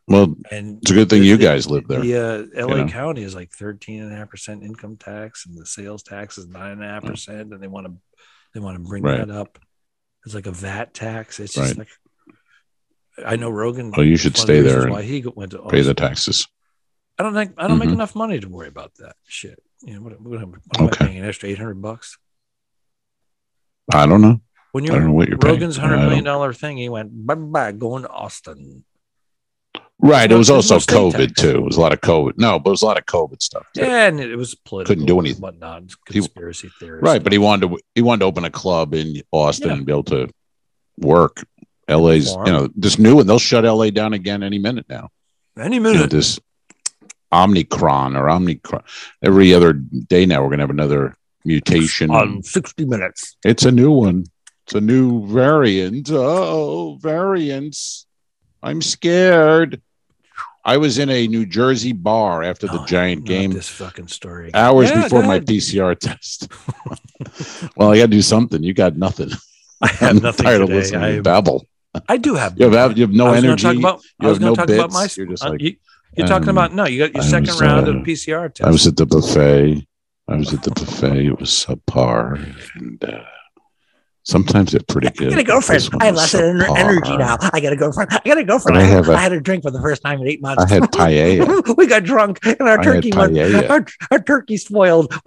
Speaker 2: Well,
Speaker 1: And
Speaker 2: it's a good thing you guys live there.
Speaker 1: The uh, LA
Speaker 2: you know.
Speaker 1: County is like 13.5% income tax and the sales tax is 9.5%. And they want to they want to bring
Speaker 2: Mm. Right.
Speaker 1: that up. It's like a VAT tax. It's just like I know Rogan.
Speaker 2: Well, you should
Speaker 1: one of the
Speaker 2: stay
Speaker 1: reasons
Speaker 2: there
Speaker 1: Why
Speaker 2: and
Speaker 1: he go- went to
Speaker 2: pay the
Speaker 1: Austin.
Speaker 2: taxes.
Speaker 1: I don't think I don't
Speaker 2: Mhm.
Speaker 1: make enough money to worry about that shit. You know what? What, am- what
Speaker 2: Okay.
Speaker 1: am I paying an extra 800 bucks?
Speaker 2: I don't know.
Speaker 1: When
Speaker 2: I
Speaker 1: you're
Speaker 2: don't know what you're paying.
Speaker 1: Rogan's
Speaker 2: I
Speaker 1: hundred
Speaker 2: don't-
Speaker 1: million dollar thing, he went bye bye going to Austin.
Speaker 2: Right. It
Speaker 1: Well,
Speaker 2: was
Speaker 1: there's no
Speaker 2: also
Speaker 1: state
Speaker 2: COVID
Speaker 1: tax.
Speaker 2: too. It was a lot of COVID. No, but it was a lot of COVID stuff. too.
Speaker 1: Yeah, and it, it was political.
Speaker 2: do anything.
Speaker 1: and whatnot. it's
Speaker 2: He-
Speaker 1: Conspiracy theories.
Speaker 2: Right. But he wanted to he wanted to open a club in Austin
Speaker 1: Yeah.
Speaker 2: and be able to work. LA's,
Speaker 1: Perform.
Speaker 2: you know, this new one, they'll shut LA down again any minute now.
Speaker 1: any
Speaker 2: You know,
Speaker 1: minute.
Speaker 2: this Omnicron or Omnicron. Every other day now, we're going to have another mutation.
Speaker 1: on 60 minutes.
Speaker 2: It's a new one. It's a new variant. Oh, variants. I'm scared. I was in a New Jersey bar after the
Speaker 1: No,
Speaker 2: giant
Speaker 1: Not
Speaker 2: game
Speaker 1: this fucking story. again.
Speaker 2: hours
Speaker 1: Yeah,
Speaker 2: before
Speaker 1: go
Speaker 2: my
Speaker 1: ahead.
Speaker 2: PCR test. well, I got to do something. You got nothing.
Speaker 1: I have nothing
Speaker 2: tired of
Speaker 1: today.
Speaker 2: listening
Speaker 1: I,
Speaker 2: to you babble.
Speaker 1: I do have.
Speaker 2: You have, you have no
Speaker 1: I was gonna
Speaker 2: energy.
Speaker 1: Talk about,
Speaker 2: you
Speaker 1: I was
Speaker 2: have
Speaker 1: going
Speaker 2: no
Speaker 1: to talk about
Speaker 2: bits.
Speaker 1: my.
Speaker 2: You're just
Speaker 1: uh,
Speaker 2: like,
Speaker 1: you, are talking
Speaker 2: um,
Speaker 1: about no. You got your
Speaker 2: I
Speaker 1: second
Speaker 2: was,
Speaker 1: round
Speaker 2: uh,
Speaker 1: of PCR test.
Speaker 2: I was at the buffet. I was at the buffet. It was subpar, and uh, sometimes they're pretty
Speaker 4: I
Speaker 2: good.
Speaker 4: gotta go
Speaker 2: but
Speaker 4: for
Speaker 2: this
Speaker 4: it.
Speaker 2: one
Speaker 4: I
Speaker 2: was
Speaker 4: lost that ener- energy
Speaker 2: subpar.
Speaker 4: now. I gotta go for it. I gotta go for it.
Speaker 2: But I have a-
Speaker 4: had a drink for the first time in eight months.
Speaker 2: I had paella.
Speaker 4: we got drunk and our
Speaker 2: I had
Speaker 4: turkey went,
Speaker 2: paella.
Speaker 4: our, our turkey spoiled.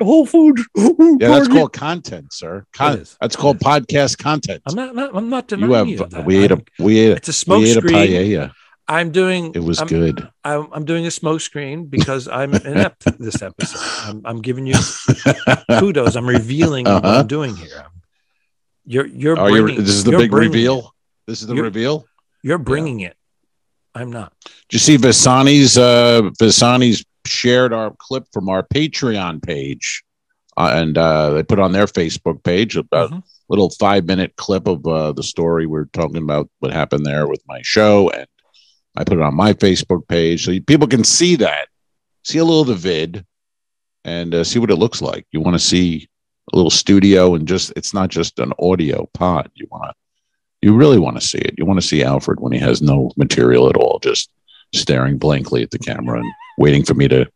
Speaker 4: Whole Foods.
Speaker 2: Yeah, that's called content, sir.
Speaker 1: It
Speaker 2: Con-
Speaker 1: is.
Speaker 2: that's called podcast content.
Speaker 1: I'm not. I'm not, I'm not denying
Speaker 2: You
Speaker 1: you,
Speaker 2: have
Speaker 1: of that.
Speaker 2: we ate a
Speaker 1: I'm-
Speaker 2: we ate
Speaker 1: It's a
Speaker 2: we
Speaker 1: smoke
Speaker 2: ate a
Speaker 1: screen.
Speaker 2: paella.
Speaker 1: I'm doing.
Speaker 2: It was
Speaker 1: I'm,
Speaker 2: good.
Speaker 1: I'm, I'm doing a smoke screen because I'm inept this episode. I'm, I'm giving you kudos. I'm revealing what
Speaker 2: Uh-huh.
Speaker 1: I'm doing here. I'm- You're you're
Speaker 2: Are you?
Speaker 1: bringing.
Speaker 2: Oh, This is the
Speaker 1: you're
Speaker 2: big
Speaker 1: bringing it.
Speaker 2: reveal. This is the
Speaker 1: You're-
Speaker 2: reveal.
Speaker 1: You're bringing it. I'm not.
Speaker 2: Did you see Visani's? Uh, Visani's shared our clip from our Patreon page, uh, and uh, they put on their Facebook page about
Speaker 1: Mhm.
Speaker 2: little five minute clip of uh, the story we're talking about what happened there with my show and i put it on my facebook page so you, people can see that see a little of the vid and uh, see what it looks like you want to see a little studio and just it's not just an audio pod you want to you really want to see it you want to see alfred when he has no material at all just staring blankly at the camera and waiting for me to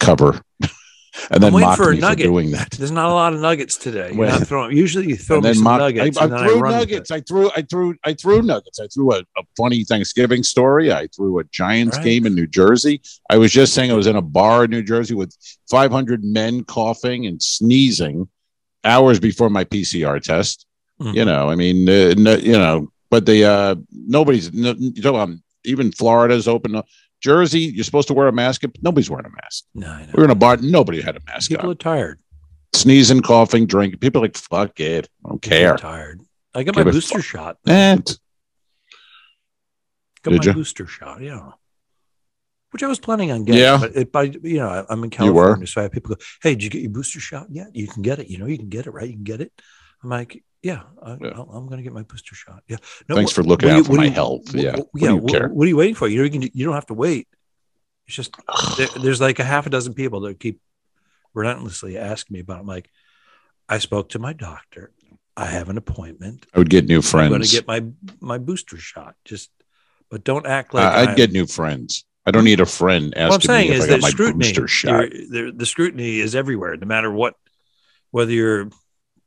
Speaker 2: cover and then
Speaker 1: waiting
Speaker 2: mock
Speaker 1: for a
Speaker 2: me for
Speaker 1: nugget.
Speaker 2: doing that
Speaker 1: There's not a lot of nuggets today. You're
Speaker 2: Well-
Speaker 1: not throwing. Usually you throw
Speaker 2: and
Speaker 1: me
Speaker 2: then
Speaker 1: some
Speaker 2: mock-
Speaker 1: nuggets.
Speaker 2: I, I
Speaker 1: and then
Speaker 2: threw
Speaker 1: run with it.
Speaker 2: nuggets. I threw, I threw, I threw nuggets. I threw a, a funny Thanksgiving story. I threw a Giants
Speaker 1: Right.
Speaker 2: game in New Jersey. I was just saying I was in a bar in New Jersey with 500 men coughing and sneezing hours before my PCR test.
Speaker 1: Mhm.
Speaker 2: You know, I mean, uh, no, you know, but the uh, nobody's no, you know, um, even Florida's open. up. Jersey, you're supposed to wear a mask. Nobody's wearing a mask.
Speaker 1: No, I know.
Speaker 2: We were in a bar. Nobody had a mask
Speaker 1: People
Speaker 2: on.
Speaker 1: are tired.
Speaker 2: Sneezing, coughing, drinking. People are like, fuck it. I don't
Speaker 1: People are
Speaker 2: care.
Speaker 1: tired. I got
Speaker 2: Give
Speaker 1: my
Speaker 2: a
Speaker 1: booster shot.
Speaker 2: Eh, it's-
Speaker 1: Got
Speaker 2: Did
Speaker 1: my
Speaker 2: ya?
Speaker 1: booster shot. Yeah. Which I was planning on getting.
Speaker 2: Yeah.
Speaker 1: But if I, you know, I- I'm in
Speaker 2: You were?
Speaker 1: California, so I have people go, "Hey, did you get your booster shot yet? You can get it. You know, you can get it, right? You can get it." I'm like, "Yeah, I,
Speaker 2: Yeah.
Speaker 1: I'll- I'm going to get my booster shot." Yeah. No,
Speaker 2: Thanks
Speaker 1: wh-
Speaker 2: for looking
Speaker 1: what do
Speaker 2: out
Speaker 1: you-
Speaker 2: for
Speaker 1: what do
Speaker 2: my
Speaker 1: you-
Speaker 2: health.
Speaker 1: wh-
Speaker 2: Yeah.
Speaker 1: wh-
Speaker 2: What do
Speaker 1: yeah.
Speaker 2: you
Speaker 1: wh-
Speaker 2: care?
Speaker 1: What are you waiting for? You know, you can. You don't have to wait. It's just there, there's like a half a dozen people that keep relentlessly asking me about. it. I'm like, I spoke to my doctor. I have an appointment.
Speaker 2: I would get new
Speaker 1: I'm going to
Speaker 2: friends.
Speaker 1: get my my booster shot. Just, but don't act like
Speaker 2: I, I'd
Speaker 1: I'm-
Speaker 2: get new friends. I don't need a friend
Speaker 1: What I'm
Speaker 2: asking
Speaker 1: saying
Speaker 2: me if
Speaker 1: is
Speaker 2: I got
Speaker 1: that
Speaker 2: my
Speaker 1: scrutiny.
Speaker 2: booster shot.
Speaker 1: you're- The, the scrutiny is everywhere, no matter what. Whether you're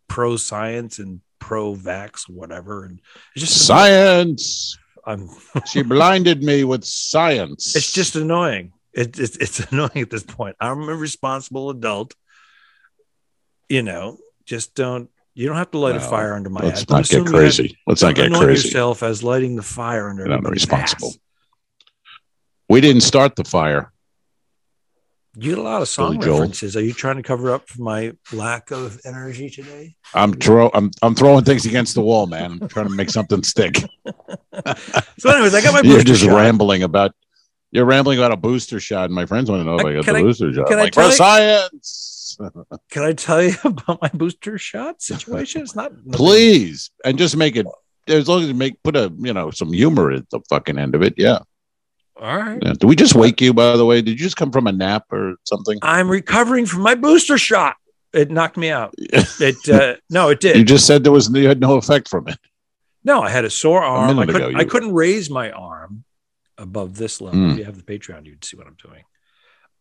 Speaker 1: pro science and pro vax, whatever. And it's just
Speaker 2: Science.
Speaker 1: I'm,
Speaker 2: She blinded me with science.
Speaker 1: it's just annoying. It, it's it's annoying at this point. I'm a responsible adult. You know, just don't. You don't have to light a
Speaker 2: Well,
Speaker 1: fire under my ass.
Speaker 2: Let's
Speaker 1: Don't
Speaker 2: not
Speaker 1: assume
Speaker 2: get
Speaker 1: you have-
Speaker 2: crazy. Let's not get
Speaker 1: Anoint
Speaker 2: crazy.
Speaker 1: yourself as lighting the fire under.
Speaker 2: You're not
Speaker 1: everybody's
Speaker 2: responsible.
Speaker 1: ass.
Speaker 2: We didn't start the fire.
Speaker 1: You get a lot of song
Speaker 2: Billy Joel.
Speaker 1: references. Are you trying to cover up for my lack of energy today?
Speaker 2: I'm throw. I'm I'm throwing things against the wall, man. I'm trying to make something stick.
Speaker 1: So, anyways, I got my
Speaker 2: You're
Speaker 1: booster
Speaker 2: just
Speaker 1: shot.
Speaker 2: rambling about. You're rambling about a booster shot, and my friends want to know if
Speaker 1: Uh,
Speaker 2: I got
Speaker 1: can
Speaker 2: the
Speaker 1: I-
Speaker 2: booster shot.
Speaker 1: can
Speaker 2: I'm
Speaker 1: I
Speaker 2: like, for
Speaker 1: tell you-
Speaker 2: science,
Speaker 1: Can I tell you about my booster shot situation? It's not
Speaker 2: please, and just make it as long as you make put a you know some humor at the fucking end of it. Yeah.
Speaker 1: All right.
Speaker 2: yeah. Did we just wake you? By the way, did you just come from a nap or something?
Speaker 1: I'm recovering from my booster shot. It knocked me out. It uh, no, it did.
Speaker 2: You just said there was you had no effect from it.
Speaker 1: No, I had a sore arm. I
Speaker 2: minute
Speaker 1: couldn't,
Speaker 2: ago,
Speaker 1: I
Speaker 2: you-
Speaker 1: couldn't raise my arm above this level.
Speaker 2: Hmm.
Speaker 1: If you have the Patreon, you'd see what I'm doing.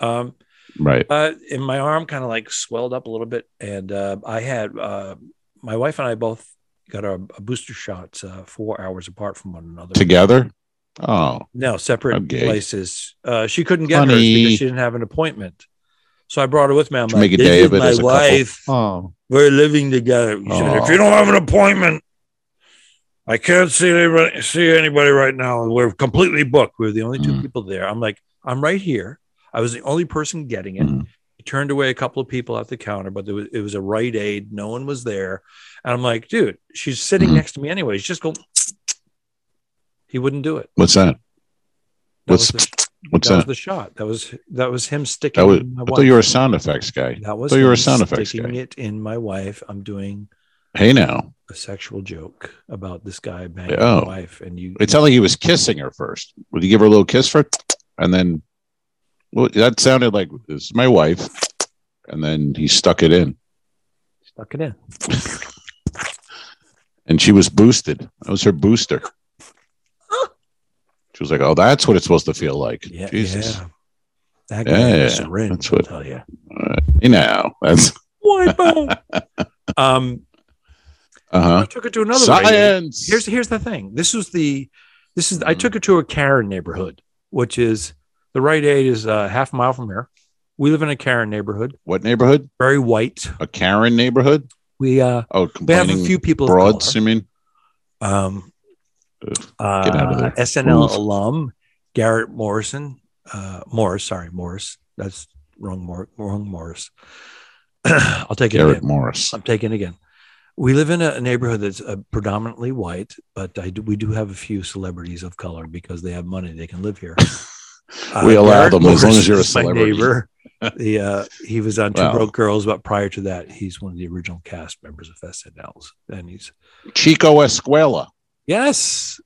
Speaker 1: Um,
Speaker 2: Right.
Speaker 1: uh, and my arm kind of like swelled up a little bit, and uh, I had uh, my wife and I both got our a booster shots uh, four hours apart from one another.
Speaker 2: Together. Oh,
Speaker 1: No, separate
Speaker 2: I'm gay.
Speaker 1: places. Uh, she couldn't get hers
Speaker 2: Honey.
Speaker 1: because she didn't have an appointment. So I brought her with me. I'm
Speaker 2: Should
Speaker 1: like,
Speaker 2: make a
Speaker 1: this
Speaker 2: day
Speaker 1: is
Speaker 2: of it
Speaker 1: my
Speaker 2: as a couple."
Speaker 1: wife.
Speaker 2: oh,
Speaker 1: We're living together. She said,
Speaker 2: Aw.
Speaker 1: if you don't have an appointment, I can't see anybody, see anybody right now. We're completely booked. We We're the only two
Speaker 2: Mm.
Speaker 1: people there. I'm like, I'm right here. I was the only person getting it.
Speaker 2: Mm.
Speaker 1: He turned away a couple of people at the counter, but there was, it was a Rite Aid. No one was there. And I'm like, dude, she's sitting
Speaker 2: Mhm.
Speaker 1: next to me anyways. Just go. He wouldn't do it.
Speaker 2: what's that?
Speaker 1: That
Speaker 2: What's-
Speaker 1: was the,
Speaker 2: what's
Speaker 1: that
Speaker 2: that?
Speaker 1: was the shot. That was that was him sticking.
Speaker 2: That was.
Speaker 1: in my
Speaker 2: I
Speaker 1: wife.
Speaker 2: thought you were a sound effects guy.
Speaker 1: that was
Speaker 2: thought you were a
Speaker 1: him
Speaker 2: sound effects
Speaker 1: sticking
Speaker 2: guy.
Speaker 1: it in my wife. I'm doing
Speaker 2: Hey, now
Speaker 1: a sexual joke about this guy banging
Speaker 2: Oh.
Speaker 1: my wife, and you.
Speaker 2: it sounded like he was kissing her first. Would you give her a little kiss for, and then, well, that sounded like this is my wife, and then he stuck it in,
Speaker 1: stuck it in.
Speaker 2: and she was boosted. That was her booster. She was like, "Oh, that's what it's supposed to feel like."
Speaker 1: Yeah,
Speaker 2: Jesus.
Speaker 1: yeah. That guy had
Speaker 2: Yeah,
Speaker 1: a syringe.
Speaker 2: that's what-
Speaker 1: I'll tell you.
Speaker 2: Hey, now that's
Speaker 1: Why not? um, I
Speaker 2: uh
Speaker 1: took it to
Speaker 2: huh.
Speaker 1: another. Rite Aid.
Speaker 2: Science.
Speaker 1: here's here's the thing. This was the this is I
Speaker 2: Mhm.
Speaker 1: took it to a Karen neighborhood, which is the Rite Aid is a half mile from here. We live in a Karen neighborhood,
Speaker 2: what neighborhood?
Speaker 1: very white.
Speaker 2: A Karen neighborhood?
Speaker 1: We uh we
Speaker 2: Oh,
Speaker 1: have
Speaker 2: complaining
Speaker 1: a few people of
Speaker 2: broads.
Speaker 1: color.
Speaker 2: You mean?
Speaker 1: Um,
Speaker 2: Ugh, out of
Speaker 1: uh,
Speaker 2: there.
Speaker 1: SNL
Speaker 2: Move.
Speaker 1: alum Garrett Morrison, uh, Morris. Sorry, Morris. That's wrong. Mor- wrong Morris. I'll take it.
Speaker 2: Garrett
Speaker 1: again.
Speaker 2: Morris.
Speaker 1: I'm taking it again. We live in a a neighborhood that's uh, predominantly white, but I do, we do have a few celebrities of color because they have money; they can live here. Uh,
Speaker 2: We allow them as long
Speaker 1: Morris
Speaker 2: as you're a
Speaker 1: is my
Speaker 2: celebrity.
Speaker 1: neighbor. The, uh, he was on Two
Speaker 2: Wow.
Speaker 1: Broke Girls, but prior to that, he's one of the original cast members of SNL's. And he's
Speaker 2: Chico Escuela.
Speaker 1: yes,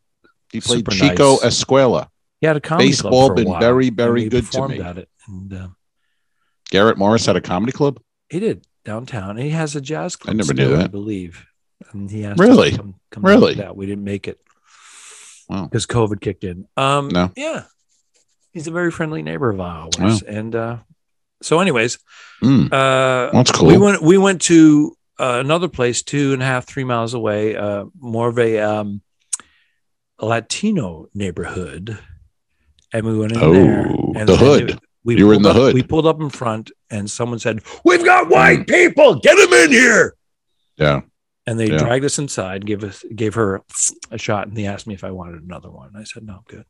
Speaker 2: He played
Speaker 1: Super
Speaker 2: Chico
Speaker 1: nice.
Speaker 2: Escuela.
Speaker 1: he had a comedy
Speaker 2: Baseball
Speaker 1: club for a
Speaker 2: been
Speaker 1: while,
Speaker 2: very,
Speaker 1: and
Speaker 2: very
Speaker 1: he
Speaker 2: good to
Speaker 1: performed
Speaker 2: me.
Speaker 1: At it, and uh,
Speaker 2: Garrett Morris had a comedy club.
Speaker 1: he did downtown. And he has a jazz club.
Speaker 2: never knew
Speaker 1: still, I
Speaker 2: that.
Speaker 1: believe. And he asked
Speaker 2: Really?
Speaker 1: us to come, come down to
Speaker 2: Really?
Speaker 1: that we didn't make it.
Speaker 2: Wow.
Speaker 1: because COVID kicked in. Um,
Speaker 2: No.
Speaker 1: yeah, he's a very friendly neighbor of ours, and uh, so, anyways,
Speaker 2: Hmm.
Speaker 1: uh,
Speaker 2: That's cool.
Speaker 1: we went we went to uh, another place two and a half three miles away, uh, more of a um, a Latino neighborhood, and we went in
Speaker 2: Oh,
Speaker 1: there. And
Speaker 2: the
Speaker 1: then
Speaker 2: hood.
Speaker 1: we
Speaker 2: You were in
Speaker 1: pulled
Speaker 2: the
Speaker 1: up-
Speaker 2: hood.
Speaker 1: We pulled up in front, and someone said, "We've got white people. Get them in here."
Speaker 2: Yeah.
Speaker 1: And they
Speaker 2: Yeah.
Speaker 1: dragged us inside, gave us gave her a shot, and they asked me if I wanted another one. I said, "No, I'm good."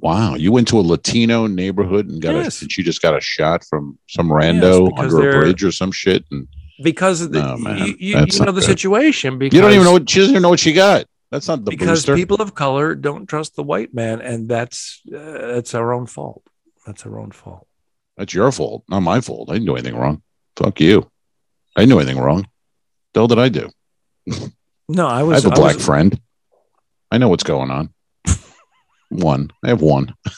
Speaker 2: Wow. You went to a Latino neighborhood and got
Speaker 1: Yes.
Speaker 2: a, and she just got a shot from some
Speaker 1: Yes,
Speaker 2: rando
Speaker 1: because
Speaker 2: under a
Speaker 1: they're-
Speaker 2: bridge or some shit. And
Speaker 1: because of the,
Speaker 2: No, man,
Speaker 1: you, you,
Speaker 2: that's
Speaker 1: you know
Speaker 2: not
Speaker 1: the
Speaker 2: good.
Speaker 1: situation because
Speaker 2: you don't even know what she doesn't even know what she got. That's not the
Speaker 1: because
Speaker 2: booster.
Speaker 1: people of color don't trust the white man and that's uh, that's our own fault that's our own fault
Speaker 2: That's your fault, not my fault. I didn't do anything wrong. Fuck you. I didn't do anything wrong. The hell did I do?
Speaker 1: no i
Speaker 2: I
Speaker 1: was
Speaker 2: have a
Speaker 1: I
Speaker 2: black
Speaker 1: was-
Speaker 2: friend. I know what's going on. One. I have one.
Speaker 1: I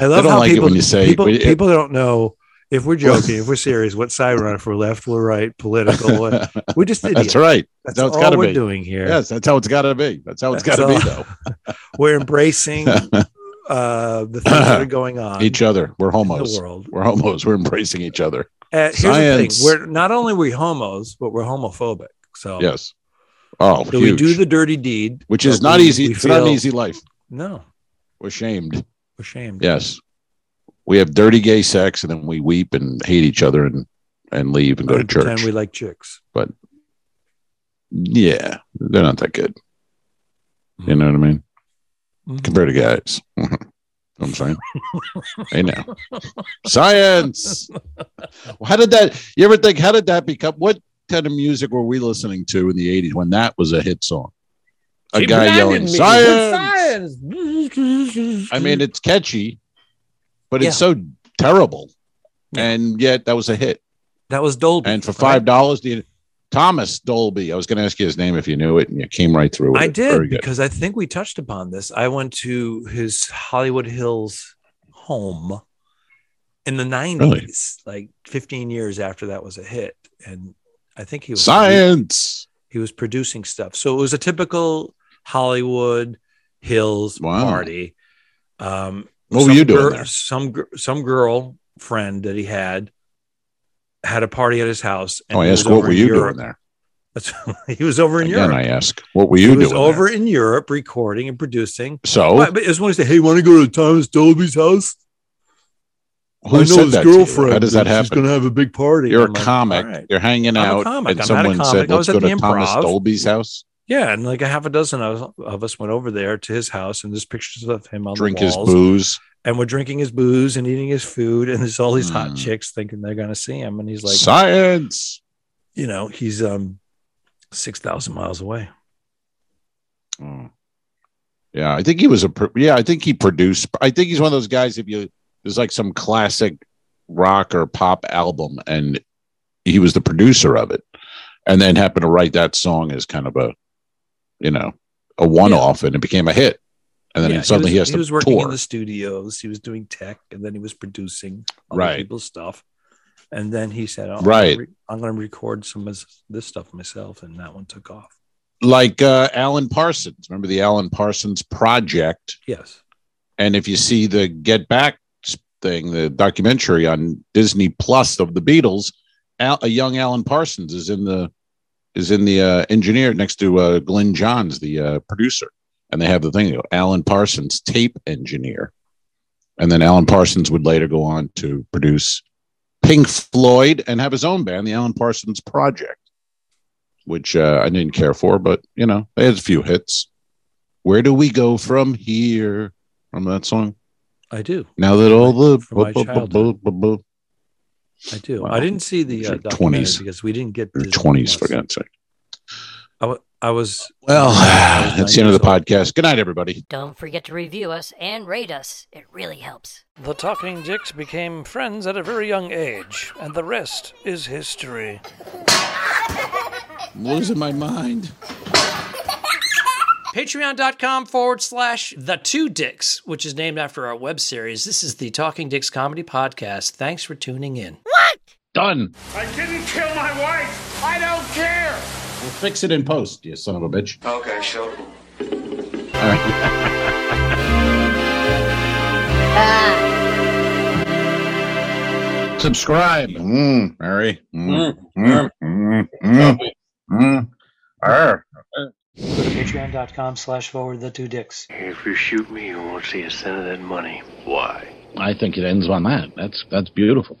Speaker 1: love
Speaker 2: they don't
Speaker 1: how
Speaker 2: like
Speaker 1: people
Speaker 2: it when you say
Speaker 1: people,
Speaker 2: when you-
Speaker 1: people don't know if we're joking if we're serious what side we're on if we're left we're right political what- we're just idiots
Speaker 2: That's right.
Speaker 1: that's,
Speaker 2: how it's
Speaker 1: all
Speaker 2: gotta
Speaker 1: we're
Speaker 2: be.
Speaker 1: doing here
Speaker 2: Yes, that's how it's got to be. That's how it's got
Speaker 1: That's
Speaker 2: to be,
Speaker 1: all.
Speaker 2: though.
Speaker 1: we're embracing uh the things that are going on
Speaker 2: Each other. We're
Speaker 1: in the
Speaker 2: homos.
Speaker 1: world
Speaker 2: We're homos. We're embracing each other.
Speaker 1: Uh, here's
Speaker 2: Science.
Speaker 1: the thing: we're not only we homos, but we're homophobic. So
Speaker 2: Yes. Oh,
Speaker 1: so we
Speaker 2: huge.
Speaker 1: do the dirty deed,
Speaker 2: which is
Speaker 1: but
Speaker 2: not
Speaker 1: we-
Speaker 2: easy.
Speaker 1: we
Speaker 2: It's not an
Speaker 1: feel-
Speaker 2: easy life.
Speaker 1: No,
Speaker 2: We're shamed.
Speaker 1: we're shamed.
Speaker 2: Yes. We have dirty gay sex, and then we weep and hate each other and and leave and go to
Speaker 1: Pretend
Speaker 2: church.
Speaker 1: we like chicks.
Speaker 2: yeah, they're not that good. You know what I mean?
Speaker 1: Mhm.
Speaker 2: Compared to guys. You know what I'm saying? I know. Science. How did that you ever think how did that become what kind of music were we listening to in the 80s when that was a hit song? A
Speaker 1: He
Speaker 2: guy
Speaker 1: blinded
Speaker 2: yelling
Speaker 1: me with
Speaker 2: science.
Speaker 1: science.
Speaker 2: I mean, it's catchy, but
Speaker 1: Yeah.
Speaker 2: it's so terrible.
Speaker 1: Yeah.
Speaker 2: And yet that was a hit.
Speaker 1: that was Dolby.
Speaker 2: And for
Speaker 1: right?
Speaker 2: five dollars, the Thomas Dolby. I was gonna ask you his name if you knew it, and you came right through with
Speaker 1: I
Speaker 2: it. Very
Speaker 1: did
Speaker 2: good.
Speaker 1: because I think we touched upon this. I went to his Hollywood Hills home in the 90s, like 15 years after that was a hit. And I think he was
Speaker 2: Science.
Speaker 1: he was producing stuff. So it was a typical Hollywood Hills
Speaker 2: Wow.
Speaker 1: party. Um,
Speaker 2: What were you
Speaker 1: some
Speaker 2: doing
Speaker 1: gir-
Speaker 2: there?
Speaker 1: Some gir- some girl friend that he had had a party at his house.
Speaker 2: Oh, I
Speaker 1: he was
Speaker 2: asked what
Speaker 1: over
Speaker 2: were
Speaker 1: in
Speaker 2: you
Speaker 1: Europe.
Speaker 2: doing there?
Speaker 1: That's- he was over in
Speaker 2: Again,
Speaker 1: Europe.
Speaker 2: I ask, what were you
Speaker 1: he was
Speaker 2: doing?
Speaker 1: over
Speaker 2: there?
Speaker 1: in Europe recording and producing.
Speaker 2: So
Speaker 1: But, but it was one of those, hey, want to go to Thomas Dolby's house?
Speaker 2: who
Speaker 1: I know
Speaker 2: said
Speaker 1: his
Speaker 2: that to you?
Speaker 1: girlfriend.
Speaker 2: How does that
Speaker 1: and She's going
Speaker 2: happen?
Speaker 1: to have a big party.
Speaker 2: You're a
Speaker 1: I'm like,
Speaker 2: comic.
Speaker 1: "All right."
Speaker 2: You're hanging
Speaker 1: a
Speaker 2: out,
Speaker 1: comic.
Speaker 2: and
Speaker 1: I'm not a
Speaker 2: someone
Speaker 1: comic.
Speaker 2: said,
Speaker 1: I
Speaker 2: "Let's
Speaker 1: was at
Speaker 2: go to
Speaker 1: the
Speaker 2: Thomas
Speaker 1: Improv."
Speaker 2: Dolby's house,
Speaker 1: Yeah, and like a half a dozen of, of us went over there to his house, and there's pictures of him on
Speaker 2: drink
Speaker 1: the
Speaker 2: his
Speaker 1: walls,
Speaker 2: booze."
Speaker 1: and we're drinking his booze and eating his food, and there's all these hot
Speaker 2: Mm.
Speaker 1: chicks thinking they're going to see him, and he's like,
Speaker 2: Science.
Speaker 1: you know, he's um six thousand miles away.
Speaker 2: Oh. Yeah, I think he was a. Pro- yeah, I think he produced. I think he's one of those guys. If you there's like some classic rock or pop album, and he was the producer of it, and then happened to write that song as kind of a, you know, a one-off, and it became a hit. And then
Speaker 1: Yeah,
Speaker 2: suddenly he,
Speaker 1: was,
Speaker 2: has to
Speaker 1: was working
Speaker 2: tour.
Speaker 1: in the studios, he was doing tech, and then he was producing other
Speaker 2: Right.
Speaker 1: people's stuff, and then he said, oh,
Speaker 2: Right.
Speaker 1: I'm going to record some of this stuff myself," and that one took off.
Speaker 2: like uh, Alan Parsons. Remember the Alan Parsons project?
Speaker 1: Yes,
Speaker 2: And if you see the Get Back thing, the documentary on Disney Plus of the Beatles, Al- a young Alan Parsons is in the is in the uh, engineer next to uh, Glenn Johns, the uh, producer, and they have the thing you know, Alan Parsons tape engineer, and then Alan Parsons would later go on to produce Pink Floyd and have his own band, the Alan Parsons Project, which uh, I didn't care for, but you know they had a few hits. Where do we go from here? Remember that song?
Speaker 1: I do.
Speaker 2: Now that all the
Speaker 1: From my childhood.
Speaker 2: bu- bu- bu-
Speaker 1: I do.
Speaker 2: Wow.
Speaker 1: I didn't see the
Speaker 2: These
Speaker 1: uh,
Speaker 2: are 20s.
Speaker 1: documentary because we didn't get
Speaker 2: bu-
Speaker 1: Disney
Speaker 2: twenties, for
Speaker 1: Plus.
Speaker 2: God's sake.
Speaker 1: I, w- I was I
Speaker 2: Well,
Speaker 1: was nine
Speaker 2: that's the end of
Speaker 1: years
Speaker 2: the
Speaker 1: old.
Speaker 2: podcast. Good night, everybody.
Speaker 5: Don't forget to review us and rate us. It really helps.
Speaker 4: The Talking Dicks became friends at a very young age, and the rest is history.
Speaker 2: I'm losing my mind.
Speaker 6: Patreon.com forward slash The Two Dicks, which is named after our web series. This is the Talking Dicks Comedy Podcast. Thanks for tuning in.
Speaker 2: Done.
Speaker 7: I didn't kill my wife. I don't care.
Speaker 2: We'll fix it in post, you son of a bitch.
Speaker 3: Okay, sure.
Speaker 2: All right. Subscribe. Mm, Mary. Mm, mm, mm, mm, mm. Arr.
Speaker 6: Go to patreon.com slash forward The Two Dicks.
Speaker 8: If you shoot me, you won't see a cent of that money. Why?
Speaker 9: I think it ends on that. That's that's beautiful.